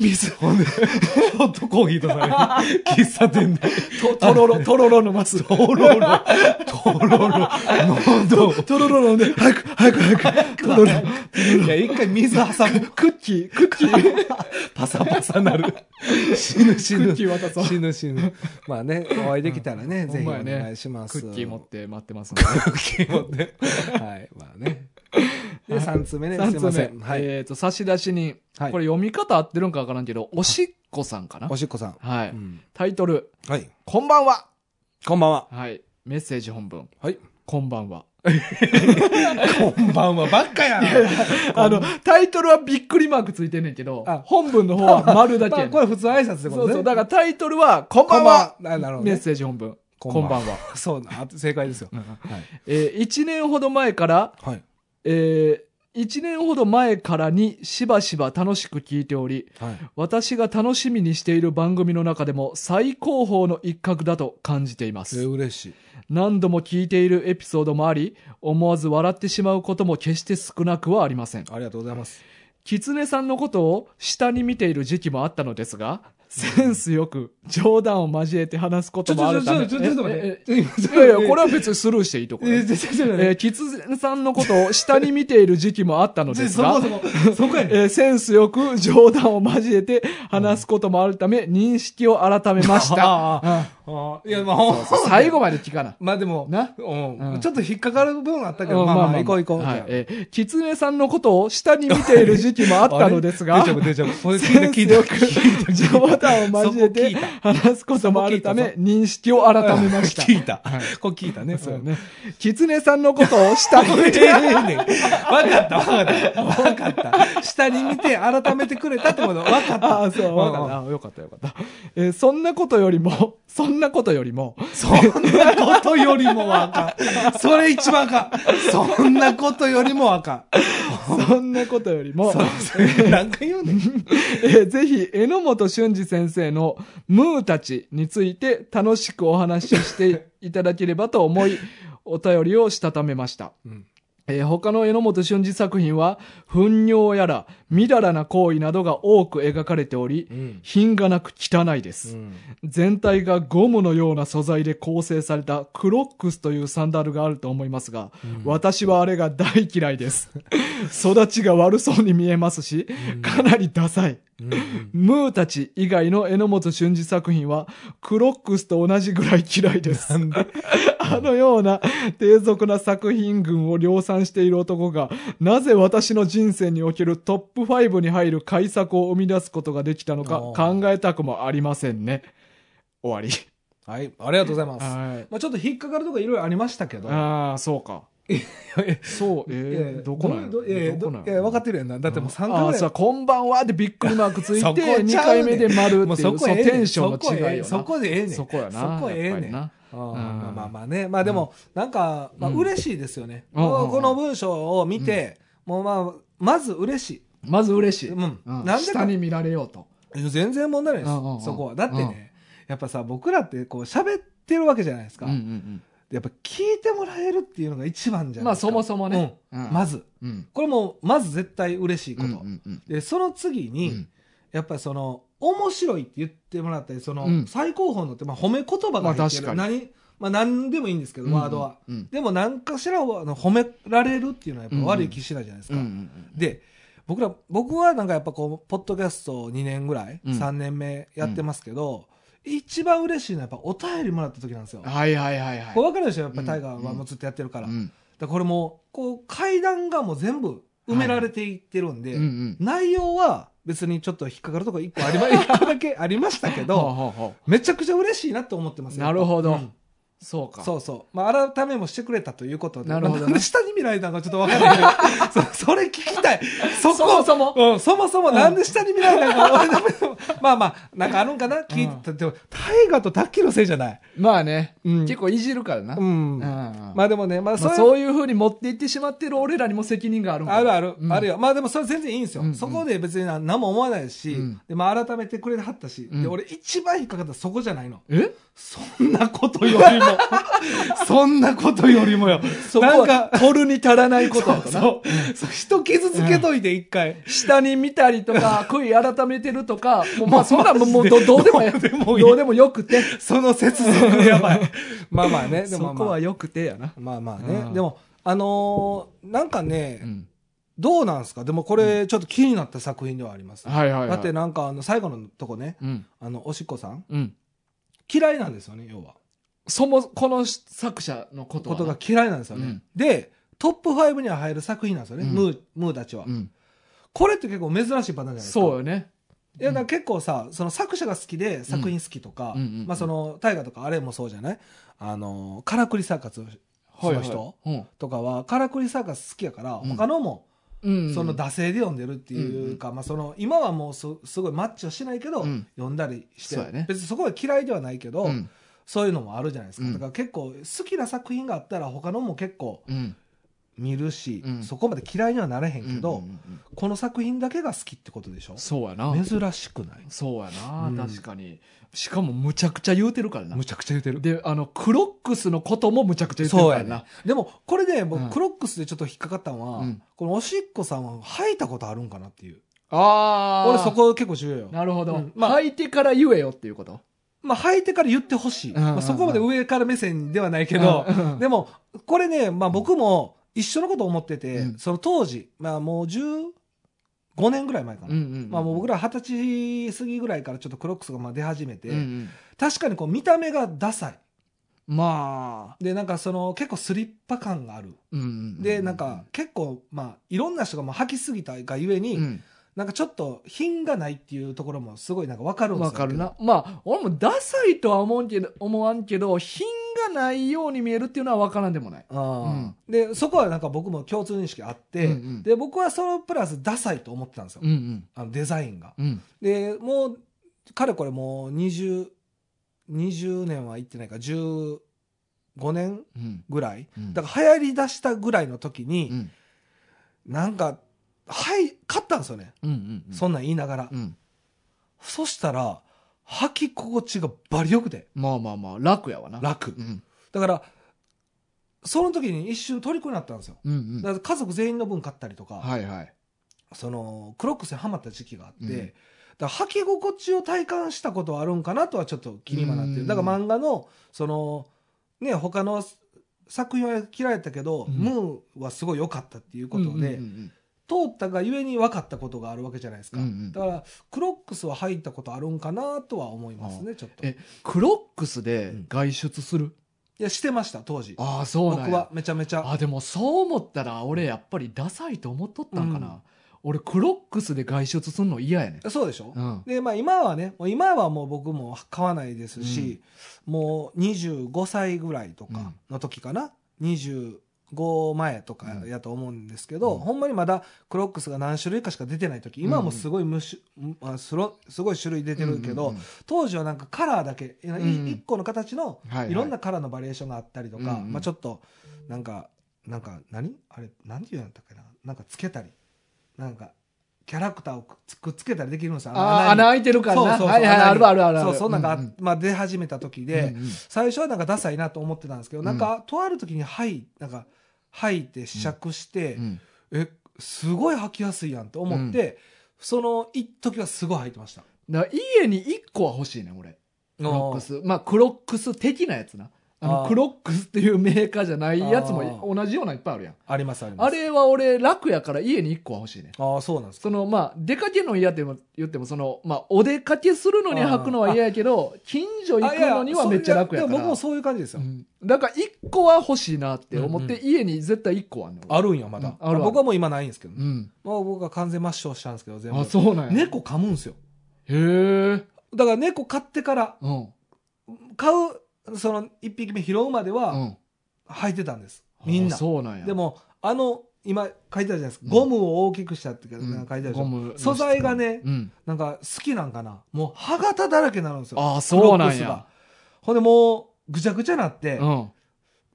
Speaker 1: 水、
Speaker 2: ほんでホットコーヒーとされる喫茶店で
Speaker 1: と、とろろ、とろろのマス。
Speaker 2: とろ ろとろろのど
Speaker 1: とろろのね、早く、早く、早く、とろろ。
Speaker 2: いや一回水挟む
Speaker 1: クッキー、クッキー、ク
Speaker 2: パサパサなる死ぬ死ぬ
Speaker 1: ッキー渡そう。
Speaker 2: 死ぬ死ぬまあねお会いできたらね、
Speaker 1: ん
Speaker 2: ぜひお
Speaker 1: ほんまやね
Speaker 2: 願いしま
Speaker 1: ク
Speaker 2: す
Speaker 1: ッキー持って待ってますので。
Speaker 2: クッキー持ってはいまあねで
Speaker 1: はい
Speaker 2: 3つ目ね すい
Speaker 1: 3
Speaker 2: ま
Speaker 1: つ
Speaker 2: せん
Speaker 1: 目、
Speaker 2: はい、
Speaker 1: えっと、差出人。
Speaker 2: はい
Speaker 1: これ読み方合ってるんかわからんけど、おしっこさんかな
Speaker 2: お。しっこさん、。
Speaker 1: はいう
Speaker 2: ん
Speaker 1: タイトル、
Speaker 2: はい
Speaker 1: こんばんは。
Speaker 2: こんばんは
Speaker 1: はい。メッセージ本文、
Speaker 2: はい
Speaker 1: こんば んは。
Speaker 2: こんばんはばっかやな
Speaker 1: あの、タイトルはびっくりマークついてんねんけど
Speaker 2: あ、
Speaker 1: 本文の方は丸だ
Speaker 2: ま
Speaker 1: けや
Speaker 2: あ
Speaker 1: ねん。
Speaker 2: これ普通挨拶ってこと
Speaker 1: そう
Speaker 2: ね
Speaker 1: そう。だからタイトルは、こんば
Speaker 2: こん
Speaker 1: ん
Speaker 2: ばんは
Speaker 1: は。
Speaker 2: あなるほど
Speaker 1: メッ
Speaker 2: ね
Speaker 1: セージ本文。
Speaker 2: こ
Speaker 1: こ
Speaker 2: ん
Speaker 1: ん
Speaker 2: ば
Speaker 1: ば
Speaker 2: ん
Speaker 1: ん
Speaker 2: は
Speaker 1: は。
Speaker 2: そうな正解ですよはい
Speaker 1: えー、1年ほど前から、
Speaker 2: はい
Speaker 1: えー、1年ほど前からにしばしば楽しく聞いており、
Speaker 2: はい
Speaker 1: 私が楽しみにしている番組の中でも最高峰の一角だと感じていま
Speaker 2: え
Speaker 1: す。
Speaker 2: 嬉しい
Speaker 1: 何度も聞いているエピソードもあり、思わず笑ってしまうことも決して少なくはありません。
Speaker 2: ありがとうございます
Speaker 1: 狐さんのことを下に見ている時期もあったのですが、センスよく冗談を交えて話すこともあるため。ええ
Speaker 2: ちょっと
Speaker 1: えいやいや、これは別にスルーしていいところ。
Speaker 2: え
Speaker 1: え
Speaker 2: ちょちょちょちょ
Speaker 1: ー、キツネさんのことを下に見ている時期もあったの
Speaker 2: ちょ
Speaker 1: です
Speaker 2: そも
Speaker 1: が
Speaker 2: そ、もそこやねん
Speaker 1: えーセンスよく冗談を交えて話すこともあるため、認識を改めました。
Speaker 2: ああああいやまあほん
Speaker 1: 最後まで聞かな。
Speaker 2: まあでも
Speaker 1: な
Speaker 2: う
Speaker 1: うんん
Speaker 2: ちょっと引っかかる部分あったけどまあまあ行こう行こう
Speaker 1: はい。えー、キツネさんのことを下に見ている時期もあったのです が、
Speaker 2: 出ちゃう出ちゃうこれ
Speaker 1: センス
Speaker 2: 聞いた
Speaker 1: よ
Speaker 2: 聞いた
Speaker 1: く冗談を交えて話すこともあるため認識を改めました。
Speaker 2: 聞いたこれ聞いたね
Speaker 1: そうね。狐さんのことを下に見
Speaker 2: ええ
Speaker 1: て、
Speaker 2: ええねん。わかった、わかった。わかった。下に見て改めてくれたってこと、わかっ
Speaker 1: あ
Speaker 2: た。
Speaker 1: あ、そう、わかった。あよかったよかった。 えーそんなことよりも、 そんなことより も、
Speaker 2: そんなことよりもわかん。 それ一番あかん。そんなことよりもわか
Speaker 1: そんなことよりも、
Speaker 2: ん。なんか言うねん。
Speaker 1: えーぜひ、榎本俊二先生のムーたちについて楽しくお話ししていただければと 思い、お便りをしたためました。
Speaker 2: うん
Speaker 1: えー他の榎本俊二作品は、糞尿やら、みだらな行為などが多く描かれており、
Speaker 2: うん
Speaker 1: 品がなく汚いです、全体がゴムのような素材で構成されたクロックスというサンダルがあると思いますが、私はあれが大嫌いです。 育ちが悪そうに見えますし、かなりダサい。ムーたち以外の榎本俊二作品は、クロックスと同じぐらい嫌いです。あのような低俗な作品群を量産している男が、なぜ私の人生におけるトップ5に入る改作を生み出すことができたのか
Speaker 2: お
Speaker 1: 考
Speaker 2: ー
Speaker 1: えたくもありませんね。終わり。
Speaker 2: はい、ありがとうございます。
Speaker 1: はい。
Speaker 2: まあちょっと引っかかるとこいろいろありましたけど。
Speaker 1: ああ、そうか。そう、
Speaker 2: いやいや
Speaker 1: えー、どこなんや
Speaker 2: どいやいや
Speaker 1: ど
Speaker 2: ど
Speaker 1: こなん
Speaker 2: い
Speaker 1: や
Speaker 2: や分かってるやんな。だってもう3
Speaker 1: あ
Speaker 2: 回
Speaker 1: あ
Speaker 2: ぐら
Speaker 1: さ
Speaker 2: い。
Speaker 1: こんばんはでびっくりマークつい
Speaker 2: そこちゃう
Speaker 1: て、
Speaker 2: ねん
Speaker 1: 二回目で丸って
Speaker 2: も
Speaker 1: いうう、そ
Speaker 2: そこ
Speaker 1: う
Speaker 2: ええねん
Speaker 1: テンションの違いよな。
Speaker 2: そこでええねん。
Speaker 1: そこやな。
Speaker 2: そこええ
Speaker 1: やっぱ
Speaker 2: ね
Speaker 1: り
Speaker 2: ん。
Speaker 1: な。
Speaker 2: あ
Speaker 1: ん
Speaker 2: ーまあまあまあね。まあでも、なんか、まあ
Speaker 1: うん
Speaker 2: 嬉しいですよね。
Speaker 1: うんうんうん
Speaker 2: この文章を見て、もうまあ、まず嬉し
Speaker 1: まず嬉し
Speaker 2: い。
Speaker 1: い。う
Speaker 2: う。
Speaker 1: んん
Speaker 2: なんで
Speaker 1: 下
Speaker 2: か
Speaker 1: に、見られようと。
Speaker 2: 全然問題ないで
Speaker 1: うんうんうん
Speaker 2: す。そこは。だってね、やっぱさ、僕らってこう喋ってるわけじゃないですか
Speaker 1: うんう。ん
Speaker 2: やっぱ聞いてもらえるっていうのが一番じ
Speaker 1: う
Speaker 2: ゃ
Speaker 1: んま
Speaker 2: ない
Speaker 1: あ
Speaker 2: ですか。
Speaker 1: そもそもね。
Speaker 2: うん。
Speaker 1: うん
Speaker 2: まず。
Speaker 1: うん。
Speaker 2: これも、まず絶対嬉しいこ
Speaker 1: うんう
Speaker 2: と。
Speaker 1: んうん
Speaker 2: で、その次
Speaker 1: う
Speaker 2: に、
Speaker 1: ん
Speaker 2: やっぱりその面白いって言ってもらったりその、
Speaker 1: うん
Speaker 2: 最高峰のって、まあ、褒め言葉が入ってる、
Speaker 1: まあ確か
Speaker 2: 何まあ、何でもいいんですけど、ワードは
Speaker 1: うんうん
Speaker 2: でも何かしらはあの褒められるっていうのはやっぱ悪い気しないじゃないです
Speaker 1: うん
Speaker 2: か、
Speaker 1: うんうん
Speaker 2: で僕ら僕はなんかやっぱこうポッドキャスト2年ぐらい、
Speaker 1: うん
Speaker 2: 3年目やってますけど、一番嬉しいのはやっぱお便りもらった時なんですよ、
Speaker 1: はいはいはいはい
Speaker 2: これ分かるでしょやっぱタイガーは
Speaker 1: うん
Speaker 2: もうずっとやってるから,、
Speaker 1: うん
Speaker 2: だからこれもこう階段がもう全部埋められていってるんで、
Speaker 1: うんうん
Speaker 2: 内容は別にちょっと引っかかるとこ一個ありま、 一個だけありましたけ
Speaker 1: はあ
Speaker 2: ど、
Speaker 1: はあは
Speaker 2: めちゃくちゃ嬉しいなと思ってます
Speaker 1: あなるほど、
Speaker 2: うん
Speaker 1: そうか
Speaker 2: そうそう。まあ、改めもしてくれたということで。
Speaker 1: なるほどね
Speaker 2: んで 下に見られたのかちょっとわからないけ どそ。それ聞きたい。そ
Speaker 1: そも
Speaker 2: こ、
Speaker 1: そも
Speaker 2: うん、そもそもなんで下に見られたのか、俺の目の まあまあ、なんかあるんかな聞いてた。でも、大河とタッキーのせいじゃない。
Speaker 1: まあね、
Speaker 2: うん
Speaker 1: 結構いじるからな、
Speaker 2: う
Speaker 1: うん
Speaker 2: ん。ま
Speaker 1: まあ
Speaker 2: あでもね、まあそういう、
Speaker 1: そういうふうに持っていってしまってる俺らにも責任があるんか
Speaker 2: あるある、
Speaker 1: うん
Speaker 2: あるよ。まあでもそれ全然いいんですよ。
Speaker 1: うんうん
Speaker 2: そこで別にな何も思わないし、
Speaker 1: うん
Speaker 2: でまあ改めてくれはったし、
Speaker 1: うん
Speaker 2: で俺一番引っかかったのそこじゃないの。
Speaker 1: え
Speaker 2: そんなことよりも、そんなことよりもよ。
Speaker 1: そこ
Speaker 2: なん
Speaker 1: は
Speaker 2: か、
Speaker 1: 取るに足らないことや とな
Speaker 2: そうそう人傷つけといて一回。
Speaker 1: 下に見たりと か、悔い改めてるとか、もうまあそんなんもうもうどどうでもええ
Speaker 2: どうでもいい
Speaker 1: どうでもよくて。
Speaker 2: その接続やばい。 まあまあね、で
Speaker 1: そ
Speaker 2: もまあ
Speaker 1: こ
Speaker 2: ま
Speaker 1: は
Speaker 2: あ。
Speaker 1: よくてやな。
Speaker 2: まあまあ
Speaker 1: うん
Speaker 2: ね。でも、あのーなんかね、
Speaker 1: うん
Speaker 2: どうなんですかでもこれちょっと気になった作品ではあります。
Speaker 1: はいはいはい。
Speaker 2: だってなんかあの最後のとこね、
Speaker 1: うん。
Speaker 2: あの、おしっこさん
Speaker 1: うん。
Speaker 2: 嫌いなんですよね、要は。
Speaker 1: そも、この作者のこと
Speaker 2: こ
Speaker 1: は
Speaker 2: とが嫌いなんですよね。
Speaker 1: うん
Speaker 2: で、トップ5には入る作品なんですよね、
Speaker 1: うん
Speaker 2: ムー、ムーたちは。
Speaker 1: うん。
Speaker 2: これって結構珍しいパターンじゃないですか。
Speaker 1: そうよね。
Speaker 2: いや、だから結構さ、その作者が好きで作品好きとか、
Speaker 1: うんうんうんうん
Speaker 2: まあその、大河とかあれもそうじゃないあの、カラクリサーカス
Speaker 1: はい
Speaker 2: その
Speaker 1: はい。
Speaker 2: とかは、カラクリサーカス好きやから、
Speaker 1: うん
Speaker 2: 他のも、
Speaker 1: うん。うん
Speaker 2: その、惰性で読んでるっていうか、まあその、今はもうすすごいマッチはしてないけど、
Speaker 1: うん
Speaker 2: 読んだりして、
Speaker 1: そうやね
Speaker 2: 別にそこは嫌いではないけど、
Speaker 1: うん。
Speaker 2: そういうのもあるじゃないですか。
Speaker 1: うん
Speaker 2: だから結構好きな作品があったら他のも結構
Speaker 1: うん。
Speaker 2: 見るし、
Speaker 1: うん
Speaker 2: そこまで嫌いにはなれへんけ
Speaker 1: う
Speaker 2: ど、
Speaker 1: んうんうん
Speaker 2: この作品だけが好きってことでしょ
Speaker 1: そうやな。
Speaker 2: 珍しくない
Speaker 1: そうや
Speaker 2: う
Speaker 1: な。
Speaker 2: ん
Speaker 1: 確かに。しかもむちゃくちゃ言うてるからな
Speaker 2: む。ちゃくちゃ言うてる。
Speaker 1: で、あの、クロックスのこともむちゃくちゃ言ってる
Speaker 2: そう
Speaker 1: から
Speaker 2: や
Speaker 1: な
Speaker 2: な。。でも、これで、
Speaker 1: うん
Speaker 2: 僕、クロックスでちょっと引っかかったのは、
Speaker 1: うん
Speaker 2: このおしっこさんは吐いたことあるんかなっていう。
Speaker 1: あー
Speaker 2: 俺、そ。こ結構重要よ。
Speaker 1: なるほ
Speaker 2: う
Speaker 1: ど
Speaker 2: ん。まあ
Speaker 1: 履いてから言えよっていうこと
Speaker 2: まあ、吐いてから言ってほしい。
Speaker 1: うんうんうん
Speaker 2: まあ、そこまで上から目線ではないけど、
Speaker 1: うんうん
Speaker 2: でも、これね、まあ、僕も一緒のこと思ってて、
Speaker 1: うん
Speaker 2: その当時、まあ、もう15年ぐらい前かな。まあ、もう僕
Speaker 1: ら
Speaker 2: ら二十歳過ぎぐらいからちょっとクロックスがまあ出始めて、
Speaker 1: うんうん
Speaker 2: 確かにこう見た目がダサい。
Speaker 1: まあ、
Speaker 2: で、なんかその結構スリッパ感がある。
Speaker 1: うんうん
Speaker 2: で、なんか、結構、まあ、いろんな人がもう吐きすぎたがゆえに、
Speaker 1: うん
Speaker 2: なんかちょっと品がないっていうところもすごいなんかわかるんですよ。
Speaker 1: わかるな。まあ、俺もダサいとは思うけど、思わんけど、品がないように見えるっていうのはわからんでもない。
Speaker 2: うん。で、そこはなんか僕も共通認識あって、
Speaker 1: うんうん
Speaker 2: で、僕はそのプラスダサいと思ってたんですよ。
Speaker 1: うん
Speaker 2: あのデザインが。
Speaker 1: うん。うん。
Speaker 2: で、もう、かれこれもう20、20年は行ってないか、15年
Speaker 1: うん。
Speaker 2: ぐらい。
Speaker 1: うん
Speaker 2: だから流行り出したぐらいの時
Speaker 1: う
Speaker 2: に、
Speaker 1: ん。
Speaker 2: なんか、はい、買ったんですよね。
Speaker 1: うんうんうん。
Speaker 2: そんなん言いながら
Speaker 1: う。ん。
Speaker 2: そしたら、履き心地がバリよくて、
Speaker 1: まあまあまあ、楽やわな。
Speaker 2: 楽
Speaker 1: う。ん。
Speaker 2: だから、その時に一瞬虜になったんですよ。
Speaker 1: うんうん。
Speaker 2: だから家族全員の分買ったりとか、
Speaker 1: はいはい。
Speaker 2: その、クロックスにハマった時期があって、
Speaker 1: うん
Speaker 2: だから履き心地を体感したことはあるんかなとはちょっと気にはなって
Speaker 1: うん
Speaker 2: る。だから漫画の、その、ね、他の作品は嫌いだったけど、
Speaker 1: うん
Speaker 2: ムーはすごい良かったっていうことで、
Speaker 1: うんうん
Speaker 2: 通ったがゆえに分かったことがあるわけじゃないですか。
Speaker 1: うんうん
Speaker 2: だから、クロックスは入ったことあるんかなとは思いますね、ちょっと。
Speaker 1: え
Speaker 2: い
Speaker 1: クロックスで外出する
Speaker 2: や、してました、当時。
Speaker 1: ああ、そうなん
Speaker 2: 僕は
Speaker 1: や。
Speaker 2: めちゃめちゃ。
Speaker 1: あ、でもそう思ったら、俺やっぱりダサいと思っとったんか
Speaker 2: うん
Speaker 1: な。俺、クロックスで外出するの嫌やねん。
Speaker 2: そうでしょ、
Speaker 1: うん。
Speaker 2: で、まあ今はね、もう今はもう僕も買わないですし、もう25歳ぐらいとかの時かな、25前とかやと思うんですけど、
Speaker 1: うん
Speaker 2: ほんまにまだクロックスが何種類かしか出てない時、今はもうすごいむし、あすろすごい種類出てるけど、
Speaker 1: うんうん
Speaker 2: 当時はなんかカラーだけ、い一
Speaker 1: ん
Speaker 2: 1個の形の
Speaker 1: うん、はいはい
Speaker 2: いろんなカラーのバリエーションがあったりとか、
Speaker 1: うんうん
Speaker 2: まあちょっと、なんか、なんか何、あれ、なんていうんだったっけななんかつけたり、なんか、キャラクターをくっつくっつけたりできるんですよ。
Speaker 1: あー
Speaker 2: の
Speaker 1: 穴
Speaker 2: に
Speaker 1: 開いてるからな。
Speaker 2: そうそうそう
Speaker 1: はいはい、
Speaker 2: 穴に
Speaker 1: あるあるあるある。
Speaker 2: そう、そんなんが、
Speaker 1: う
Speaker 2: まあ、出始めた時で、
Speaker 1: うんうん
Speaker 2: 最初はなんかダサいなと思ってたんですけど、
Speaker 1: うん
Speaker 2: なんか、とある時に、はい、なんか、吐いて試着して、
Speaker 1: うん
Speaker 2: え、すごい履きやすいやんと思って、その一時はすごい履いてました。
Speaker 1: だから家に1個は欲しいねん俺。クロックス。まあ、クロックス的なやつな。あの
Speaker 2: あー
Speaker 1: クロックスっていうメーカーじゃないやつ
Speaker 2: あ
Speaker 1: も同じようないっぱいあるやん
Speaker 2: ありますあります
Speaker 1: あれは俺楽やから家に1個は欲しいね
Speaker 2: ああそうなんですか
Speaker 1: そのまあ出かけるの嫌って言ってもそのまあお出かけするのに履くのは嫌やけど近所行くのにはめっちゃ楽やか
Speaker 2: いいでも僕
Speaker 1: ら
Speaker 2: もそういう感じですよ、
Speaker 1: うんだから1個は欲しいなって思っ
Speaker 2: うん
Speaker 1: て家に絶対1個はあんの
Speaker 2: あるんやまだ、
Speaker 1: うんあるある
Speaker 2: 僕はもう今ないんですけどね、
Speaker 1: うん
Speaker 2: まあ、僕は完全抹消したんですけど全部
Speaker 1: あそうなんや
Speaker 2: 猫噛むんですよ
Speaker 1: へえ
Speaker 2: だから猫飼ってから
Speaker 1: うん
Speaker 2: 買うその1匹目拾うまで
Speaker 1: う
Speaker 2: は
Speaker 1: ん
Speaker 2: 履いてたんです、みん
Speaker 1: あ
Speaker 2: な
Speaker 1: そうなんや
Speaker 2: でもあの今書いてあるじゃないですか
Speaker 1: うん
Speaker 2: ゴムを大きくしたってか
Speaker 1: うん
Speaker 2: なんか書いてあるでし
Speaker 1: ゴ
Speaker 2: ょ、
Speaker 1: ムの質
Speaker 2: 素材がね
Speaker 1: うん
Speaker 2: なんか好きなんかなもう歯型だらけになるんですよ
Speaker 1: ああそうな
Speaker 2: クロック
Speaker 1: ん
Speaker 2: ス
Speaker 1: や
Speaker 2: がほんでもうぐちゃぐちゃなって、
Speaker 1: うん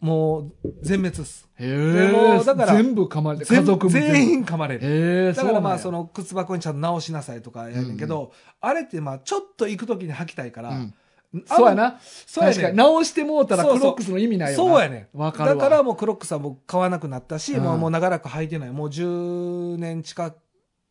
Speaker 2: もう全滅っす
Speaker 1: へ
Speaker 2: で
Speaker 1: え
Speaker 2: もだから
Speaker 1: 全部噛まれて家
Speaker 2: 全
Speaker 1: 族も
Speaker 2: 全
Speaker 1: 員
Speaker 2: 員噛まれる
Speaker 1: へえ
Speaker 2: だからまあその靴箱にちゃんと直しなさいとかやねんけど、あれってまあちょっと行く時に履きたいから、あの
Speaker 1: そうやな
Speaker 2: そうやねん
Speaker 1: 確かに直してもうたらク
Speaker 2: そうそう
Speaker 1: ロックスの意味ないよな
Speaker 2: そうやねん
Speaker 1: わかるわ
Speaker 2: だからもうクロックスは僕買わなくなったし、
Speaker 1: うん
Speaker 2: もうもう長らく履いてないもう10年近く、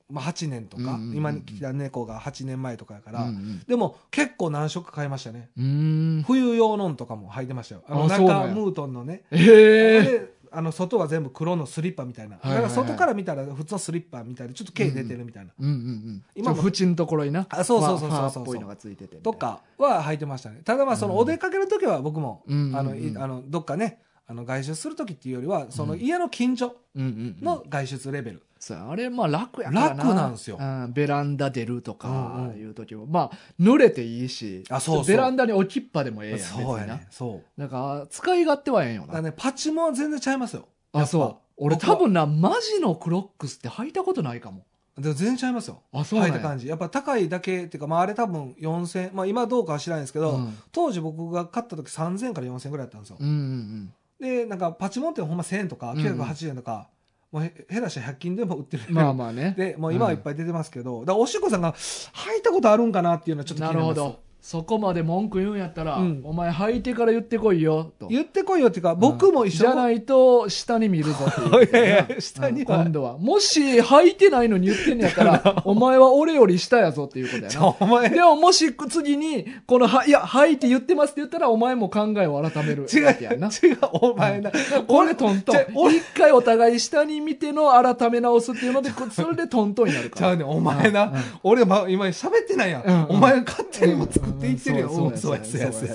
Speaker 2: まあ、8年とか、
Speaker 1: うんうんうん
Speaker 2: 今に来た猫が8年前とかやから、
Speaker 1: うん
Speaker 2: でも結構何色か買いましたね
Speaker 1: うんうーん
Speaker 2: 冬用のんとかも履いてましたよあの
Speaker 1: あそうなん
Speaker 2: 中
Speaker 1: や
Speaker 2: ムートンのね
Speaker 1: へえ
Speaker 2: であの外は全部黒のスリッパみたいな、
Speaker 1: はいはいはい
Speaker 2: だから外から見たら普通のスリッパみたいでちょっと毛出てるみたいな、
Speaker 1: うんうんうん
Speaker 2: 今
Speaker 1: 今
Speaker 2: も
Speaker 1: 縁のところにな
Speaker 2: あそうそうそう
Speaker 1: ファ
Speaker 2: そ
Speaker 1: ーファー
Speaker 2: うそう
Speaker 1: っぽいのがついててみたいな
Speaker 2: とかは履いてましたねただまあそのお出かけの時は僕も、
Speaker 1: うんうんうん
Speaker 2: あのいあのどっかねあの外出する時っていうよりはその家の近所
Speaker 1: うんうんうん
Speaker 2: の外出レベル、
Speaker 1: そうやあれまあ楽やからな
Speaker 2: 楽なんすよ
Speaker 1: うベランダ出ると
Speaker 2: うん
Speaker 1: か
Speaker 2: うん
Speaker 1: いう時もまあ濡れていいし
Speaker 2: あそうそう
Speaker 1: ベランダに置きっぱでもええやん
Speaker 2: そうや
Speaker 1: 別にな
Speaker 2: ねそう
Speaker 1: なんか使い勝手はええんよ
Speaker 2: だから
Speaker 1: な
Speaker 2: ねパチも全然ちゃいますよ
Speaker 1: あそう俺
Speaker 2: 僕は
Speaker 1: 多分なマジのクロックスって履いたことないかも
Speaker 2: でも全然ちゃいますよ
Speaker 1: あそうなん
Speaker 2: 履い
Speaker 1: や
Speaker 2: た感じやっぱ高いだけっていうか、まあ、あれ多分4000まあ今どうかは知らないですけど、
Speaker 1: うん
Speaker 2: 当時僕が買った時3000から4000ぐらいだったんですよ、
Speaker 1: うんうん
Speaker 2: でなんかパチモンってほんま1000円とか
Speaker 1: うんうん
Speaker 2: 980円とか、もうへ下手したら100均でも売ってる
Speaker 1: うんまあまあね
Speaker 2: でもう今はいっぱい出てますけど、だからおしっこさんが履いたことあるんかなっていうのはちょっと気
Speaker 1: な
Speaker 2: に
Speaker 1: る
Speaker 2: なり
Speaker 1: ほ
Speaker 2: ます
Speaker 1: どそこまで文句言うんやったら、
Speaker 2: うん
Speaker 1: お前履いてから言ってこいよと
Speaker 2: 言ってこいよっていうか僕も一
Speaker 1: じ
Speaker 2: 緒
Speaker 1: ゃないと下に見るぞっていう
Speaker 2: いやいや下には
Speaker 1: うん今度はもし履いてないのに言ってんのや ったらお前は俺より下やぞっていうことや
Speaker 2: ち
Speaker 1: な
Speaker 2: ょお前違
Speaker 1: でももし次にこのはいや履いて言ってますって言ったらお前も考えを改める
Speaker 2: う
Speaker 1: わけやな
Speaker 2: 違うお前な、
Speaker 1: 俺トントン
Speaker 2: じゃ俺
Speaker 1: 一回お互い下に見ての改め直すっていうのでこそれでトントンになるか
Speaker 2: ちゃ
Speaker 1: ら
Speaker 2: うねんお前な、
Speaker 1: うんうん
Speaker 2: 俺、ま、今喋ってないやん、
Speaker 1: うんうん
Speaker 2: お前が勝手にも作っていってるやん、
Speaker 1: うんうん
Speaker 2: うんそうや
Speaker 1: そ
Speaker 2: そうう
Speaker 1: や
Speaker 2: や
Speaker 1: そ
Speaker 2: そう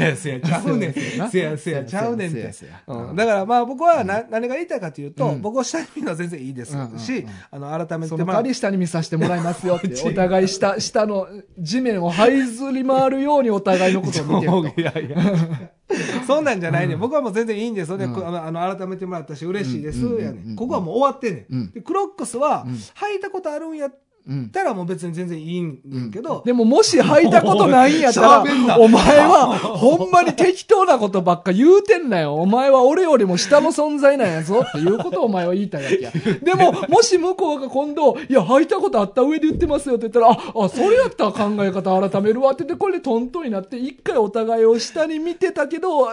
Speaker 2: う
Speaker 1: や
Speaker 2: やそうやそうやちゃうねんせやせやちゃうねんって
Speaker 1: せやせや
Speaker 2: うんだからまあ僕はな、何が言いたいかというと、
Speaker 1: うん
Speaker 2: 僕を下に見るのは全然いいですし、
Speaker 1: うんうんうん
Speaker 2: あの改めて
Speaker 1: その
Speaker 2: ま
Speaker 1: 代
Speaker 2: あ
Speaker 1: わり下に見させてもらいます よって
Speaker 2: 違う
Speaker 1: お互い下下の地面を這いずり回るようにお互いのことを見てると
Speaker 2: いやいや そんなんじゃないね、
Speaker 1: うん
Speaker 2: ん、僕はもう全然いいんですよね、こあのあの改めてもらったし嬉しいです、
Speaker 1: うんうんうんうん
Speaker 2: やねんここはもう終わってんねん、
Speaker 1: うん
Speaker 2: でクロックスは
Speaker 1: うん
Speaker 2: 履いたことあるんやっ
Speaker 1: うん
Speaker 2: たらもう別に全然いいんやけど、
Speaker 1: でももし履いたことないんやったら
Speaker 2: おい喋んな、
Speaker 1: お前はほんまに適当なことばっか言うてんなよ。お前は俺よりも下の存在なんやぞっていうことをお前は言いたいわけや。でも、もし向こうが今度、いや、履いたことあった上で言ってますよって言ったら、あ、あ、それやったら考え方改めるわって言って、これでトントンになって、一回お互いを下に見てたけど、考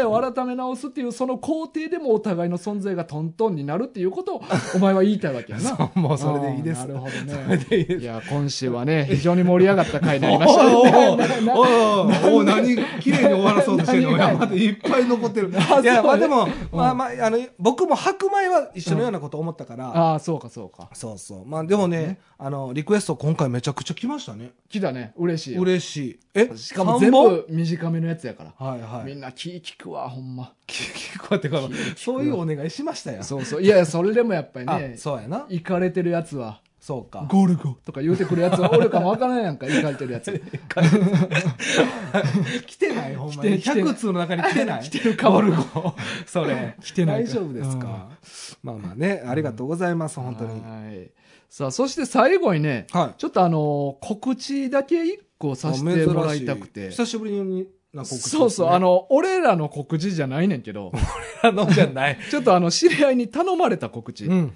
Speaker 1: えを改め直すっていう、その工程でもお互いの存在がトントンになるっていうことを、お前は言いたいわけやな。
Speaker 2: そうもう それでいいです
Speaker 1: あーなるほどね。
Speaker 2: それでいいです
Speaker 1: いや、今週はね、非常に盛り上がった回になりまし
Speaker 2: おいおいおい
Speaker 1: た ね。
Speaker 2: おいおい何綺麗に終わらそうとしてるのい
Speaker 1: 何
Speaker 2: や
Speaker 1: が
Speaker 2: まだいっぱい残ってる
Speaker 1: あ
Speaker 2: いや ま
Speaker 1: そ
Speaker 2: あ
Speaker 1: うね
Speaker 2: でも、まあまああの僕も白米は一緒のようなこと思ったから、
Speaker 1: ああ、そうか、そうか。
Speaker 2: そうそうまあでもねあのリクエスト今回めちゃくちゃ来ましたね
Speaker 1: 来たね、嬉しいよ。
Speaker 2: 嬉しいえ
Speaker 1: しかも全部短めのやつやから。
Speaker 2: 三本はいはい
Speaker 1: みんな気聞くわ、ほんま。
Speaker 2: 聞こうってかそういうお願いしましたやん
Speaker 1: そうそう。いやいや、それでもやっぱり
Speaker 2: あ
Speaker 1: ね、
Speaker 2: そうやな
Speaker 1: 行かれてるやつは、
Speaker 2: そうか
Speaker 1: ゴルゴとか言うてくるやつはおるかもわからんやんか、行かれてるやつ。
Speaker 2: 来てないほんま
Speaker 1: 来て
Speaker 2: に
Speaker 1: 来て
Speaker 2: 100通の中に来てない来て
Speaker 1: るかも
Speaker 2: ゴルゴそれ来
Speaker 1: てない
Speaker 2: 大
Speaker 1: か
Speaker 2: 丈夫ですかまあまあねありがとうございます本当に
Speaker 1: はい。さあ、そして最後にね、
Speaker 2: はい
Speaker 1: ちょっとあのー、告知だけ一個させてもらいたく
Speaker 2: 珍
Speaker 1: て
Speaker 2: し。久しぶりにな告知ですね
Speaker 1: そうそう、あの、俺らの告知じゃないねんけど、
Speaker 2: あのじ ゃない
Speaker 1: ちょっとあの、知り合いに頼まれた告知
Speaker 2: う。ん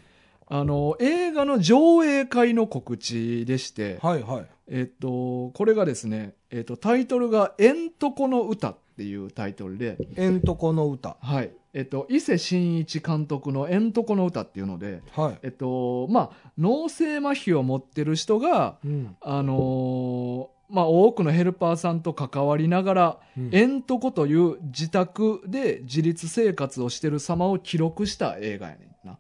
Speaker 1: あの、映画の上映会の告知でして、
Speaker 2: はいはい
Speaker 1: えっと、これがですね、えっと、タイトルが、えんとこの歌っていうタイトルで、
Speaker 2: 「えんとこの歌
Speaker 1: はい。えっと、伊勢真一監督のえんとこの歌っていうので、」
Speaker 2: はい
Speaker 1: えっと、まあ、脳性麻痺を持ってる人が、
Speaker 2: うん
Speaker 1: あのまあ、多くのヘルパーさんと関わりながら、
Speaker 2: うん
Speaker 1: えんとこという自宅で自立生活をしてる様を記録した映画やねんな。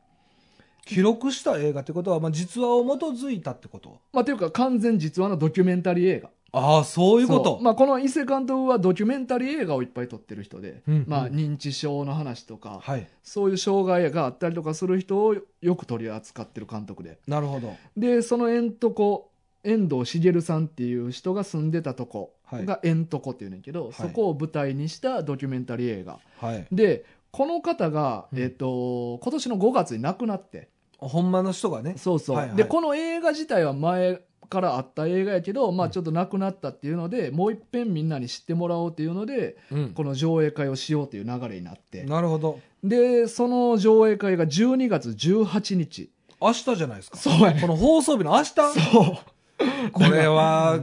Speaker 2: 記録した映画ってことは、まあ、実話を基づいたってこと
Speaker 1: まあ、というか完全実話のドキュメンタリー映画。
Speaker 2: ああそういうこ
Speaker 1: そ
Speaker 2: と
Speaker 1: うまあ、この伊勢監督はドキュメンタリー映画をいっぱい撮ってる人で、
Speaker 2: うんうん
Speaker 1: まあ、認知症の話とか、
Speaker 2: はい
Speaker 1: そういう障害があったりとかする人をよく取り扱ってる監督で。
Speaker 2: なるほど
Speaker 1: で、そのエントコ、遠藤茂さんっていう人が住んでたとこ
Speaker 2: はい
Speaker 1: がエントコっていうねんけど、
Speaker 2: い
Speaker 1: そこを舞台にしたドキュメンタリー映画。
Speaker 2: はい
Speaker 1: で、この方が、
Speaker 2: うん
Speaker 1: えっ、と、今年の5月に亡くなって、
Speaker 2: ほんまの人がね
Speaker 1: そうそう、
Speaker 2: はいはい
Speaker 1: でこの映画自体は前からあった映画やけど、まあ、ちょっとなくなったっていうので、もういっぺんみんなに知ってもらおうっていうので
Speaker 2: うん
Speaker 1: この上映会をしようという流れになって
Speaker 2: なるほど
Speaker 1: でその上映会が12月18日
Speaker 2: 明日じゃないですか
Speaker 1: そうや
Speaker 2: こ
Speaker 1: ね
Speaker 2: の放送日の明日
Speaker 1: そう
Speaker 2: これは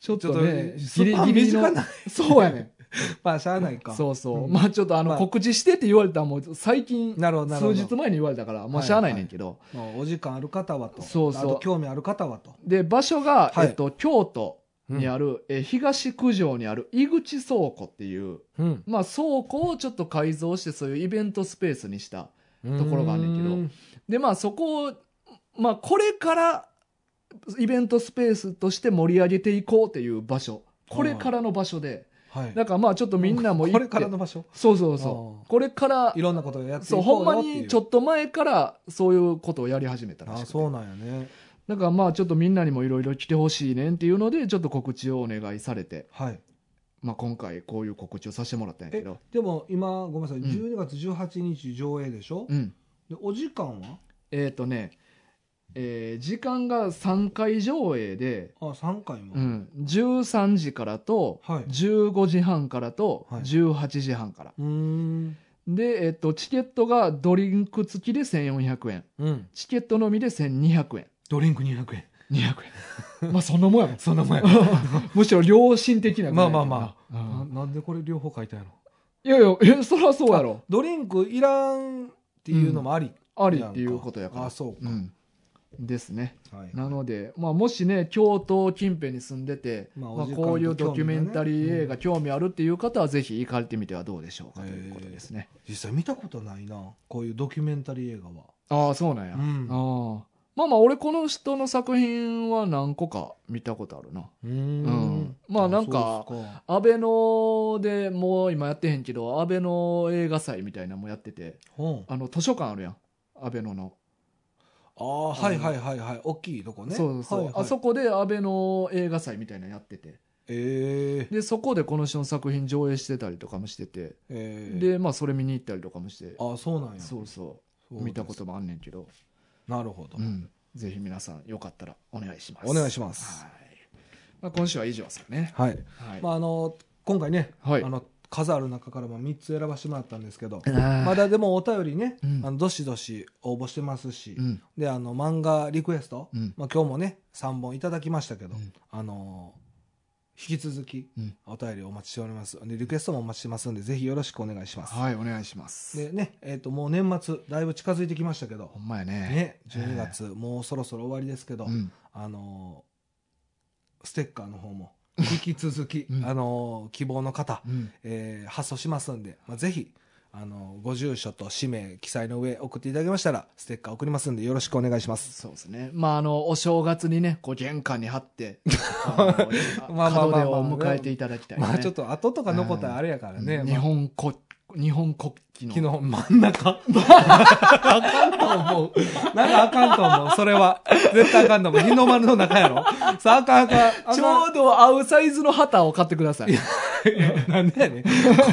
Speaker 1: ちょっ
Speaker 2: ちょっ
Speaker 1: と
Speaker 2: と
Speaker 1: ね
Speaker 2: ギリギリ短ない
Speaker 1: そうやね
Speaker 2: まあしゃあない か
Speaker 1: そうそう、
Speaker 2: うん
Speaker 1: まあちょっとあの
Speaker 2: まあ
Speaker 1: 告知してって言われたらもう最近
Speaker 2: なるほどなるほ
Speaker 1: 数日
Speaker 2: ど
Speaker 1: 前に言われたからもうしゃあないねんけど、
Speaker 2: もうお時間ある方はと
Speaker 1: そうそう
Speaker 2: あと興味ある方はと
Speaker 1: で場所が、
Speaker 2: はい
Speaker 1: えっと、京都に
Speaker 2: あ
Speaker 1: ある、え東九条にある井口倉庫っていう
Speaker 2: る
Speaker 1: まあ、倉庫をちょっと改造してそういうイベントスペースにしたところがあんねんけどでまあそこを、まあ、これからイベントスペースとして盛り上げていこうっていう場所これからの場所で
Speaker 2: はい
Speaker 1: だからまあちょっとみんなも行
Speaker 2: こ
Speaker 1: って
Speaker 2: れからの場所
Speaker 1: そうそう
Speaker 2: あ
Speaker 1: そ
Speaker 2: ー
Speaker 1: うこれから
Speaker 2: いろんなことをやってい
Speaker 1: そう
Speaker 2: こ
Speaker 1: ほ
Speaker 2: うんよ
Speaker 1: ま
Speaker 2: っていう
Speaker 1: にちょっと前からそういうことをやり始めたら
Speaker 2: あ
Speaker 1: しくて
Speaker 2: そうなんやね
Speaker 1: だからまあちょっとみんなにもいろいろ来てほしいねんっていうのでちょっと告知をお願いされて、
Speaker 2: はい
Speaker 1: まあ、今回こういう告知をさせてもらったんやけ
Speaker 2: え
Speaker 1: ど、
Speaker 2: でも今ごめんなさい
Speaker 1: ん
Speaker 2: 12月18日上映でしょ
Speaker 1: うん、
Speaker 2: でお時間は
Speaker 1: えっ、とね、えー時間が3回上映で、
Speaker 2: あ3回も
Speaker 1: うん、13時からと、
Speaker 2: はい
Speaker 1: 15時半からと、
Speaker 2: はい
Speaker 1: 18時半から。
Speaker 2: うーん
Speaker 1: で、えっ、と、チケットがドリンク付きで1400円。
Speaker 2: うん
Speaker 1: チケットのみで1200円。
Speaker 2: ドリンク200円
Speaker 1: 200円。ま あ、そんなもんやもん。
Speaker 2: そんなもんや
Speaker 1: むしろ良心的なぐらい
Speaker 2: まあま
Speaker 1: あま
Speaker 2: ななんでこれ両方書いたんやろ
Speaker 1: いやいや、え、そりゃそうやろ。
Speaker 2: ドリンクいらんっていうのもあり
Speaker 1: ありっていうことやから。
Speaker 2: あそう
Speaker 1: う
Speaker 2: か
Speaker 1: ん。ですね。
Speaker 2: はい
Speaker 1: なので、まあ、もしね京都近辺に住んでて、ま
Speaker 2: まあ
Speaker 1: あ
Speaker 2: お時間と
Speaker 1: こういうドキュメンタリ
Speaker 2: 興味がね
Speaker 1: ー映画興味あるっていう方はぜひ行かれてみてはどうでしょうかということですね。
Speaker 2: 実際見たことないなこういうドキュメンタリー映画は
Speaker 1: ああそうなんや。
Speaker 2: うん
Speaker 1: ああまあまあ俺この人の作品は何個か見たことあるな。
Speaker 2: う
Speaker 1: うんまあなんか
Speaker 2: そうっすか
Speaker 1: 安倍のでもう今やってへんけど安倍の映画祭みたいなのもやってて
Speaker 2: うん
Speaker 1: あの図書館あるやん安倍のの、
Speaker 2: ああはいはいはいはい大きいとこね
Speaker 1: そうそう、
Speaker 2: はいはい
Speaker 1: あそこで安倍の映画祭みたいなのやってて
Speaker 2: ええ
Speaker 1: でそこでこの人の作品上映してたりとかもしてて。
Speaker 2: ええ
Speaker 1: でまあそれ見に行ったりとかもして
Speaker 2: ああそうなんや
Speaker 1: そうそ
Speaker 2: そ
Speaker 1: う
Speaker 2: うです
Speaker 1: 見たこともあんねんけど、
Speaker 2: なるほど
Speaker 1: うん、ぜひ皆さんよかったらお願いします
Speaker 2: お願いします
Speaker 1: はいまあ、今週は以上ですかね、
Speaker 2: はい
Speaker 1: はい
Speaker 2: まああの今回ねあ
Speaker 1: はい
Speaker 2: の数ある中からも3つ選ばせてもらったんですけど
Speaker 1: あー
Speaker 2: まだでもお便りね
Speaker 1: うん
Speaker 2: あのどしどし応募してますし
Speaker 1: うん
Speaker 2: であの漫画リクエスト
Speaker 1: うん
Speaker 2: まあ今日もね3本いただきましたけど
Speaker 1: うん
Speaker 2: あの引き続き
Speaker 1: うん
Speaker 2: お便りお待ちしておりますでリクエストもお待ちしてますんでぜひよろしくお願いします
Speaker 1: はいお願いします
Speaker 2: でねえっともう年末だいぶ近づいてきましたけど
Speaker 1: ほんまやね
Speaker 2: ね12月もうそろそろ終わりですけど
Speaker 1: うん、
Speaker 2: あのーステッカーの方も引き続き、
Speaker 1: うん
Speaker 2: あのー希望の方、
Speaker 1: うん
Speaker 2: えー発送しますんで、まあ、ぜひ、あのーご住所と氏名記載の上送っていただけましたらステッカー送りますんでよろしくお願いします
Speaker 1: そうですねまああのお正月にねこう玄関に貼って あの
Speaker 2: まあまあまあまあ
Speaker 1: 門出を迎えていただきたいね、
Speaker 2: まあちょっと後とか残ったらあれやからね、
Speaker 1: うん
Speaker 2: まあ
Speaker 1: 日本国日本国旗の
Speaker 2: 昨日真ん中あかんと思う。なんかあかんと思う。それは。絶対あかんと思う。日の丸の中やろ。さあ、あかんあかんあかん。
Speaker 1: ち ょうど合うサイズの旗を買ってください、
Speaker 2: なんでやねん。国旗、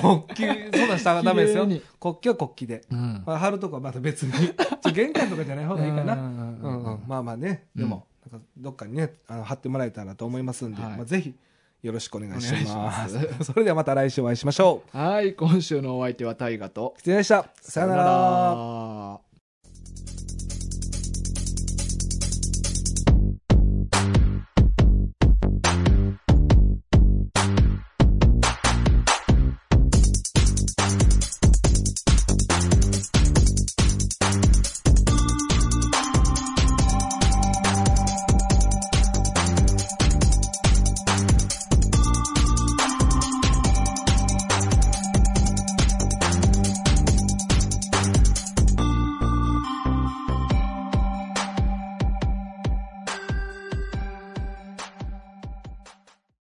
Speaker 2: そんなんしたらダメですよ。
Speaker 1: 綺麗
Speaker 2: 国
Speaker 1: に
Speaker 2: 旗は国旗で。
Speaker 1: うん
Speaker 2: まあ、貼るとこはまた別に。ちょ玄関とかじゃない方がいいかな。うんうん、まあまあね。でも、なんかどっかにね、あの貼ってもらえたらと思いますんで、
Speaker 1: はい
Speaker 2: まあ、ぜひよろしくお願いし
Speaker 1: お願いし
Speaker 2: ま。
Speaker 1: ますす
Speaker 2: それではまた来週お会いしましょ
Speaker 1: はい、今週のお相手は大ガと。
Speaker 2: う。失礼でした。さよなら。
Speaker 1: ら。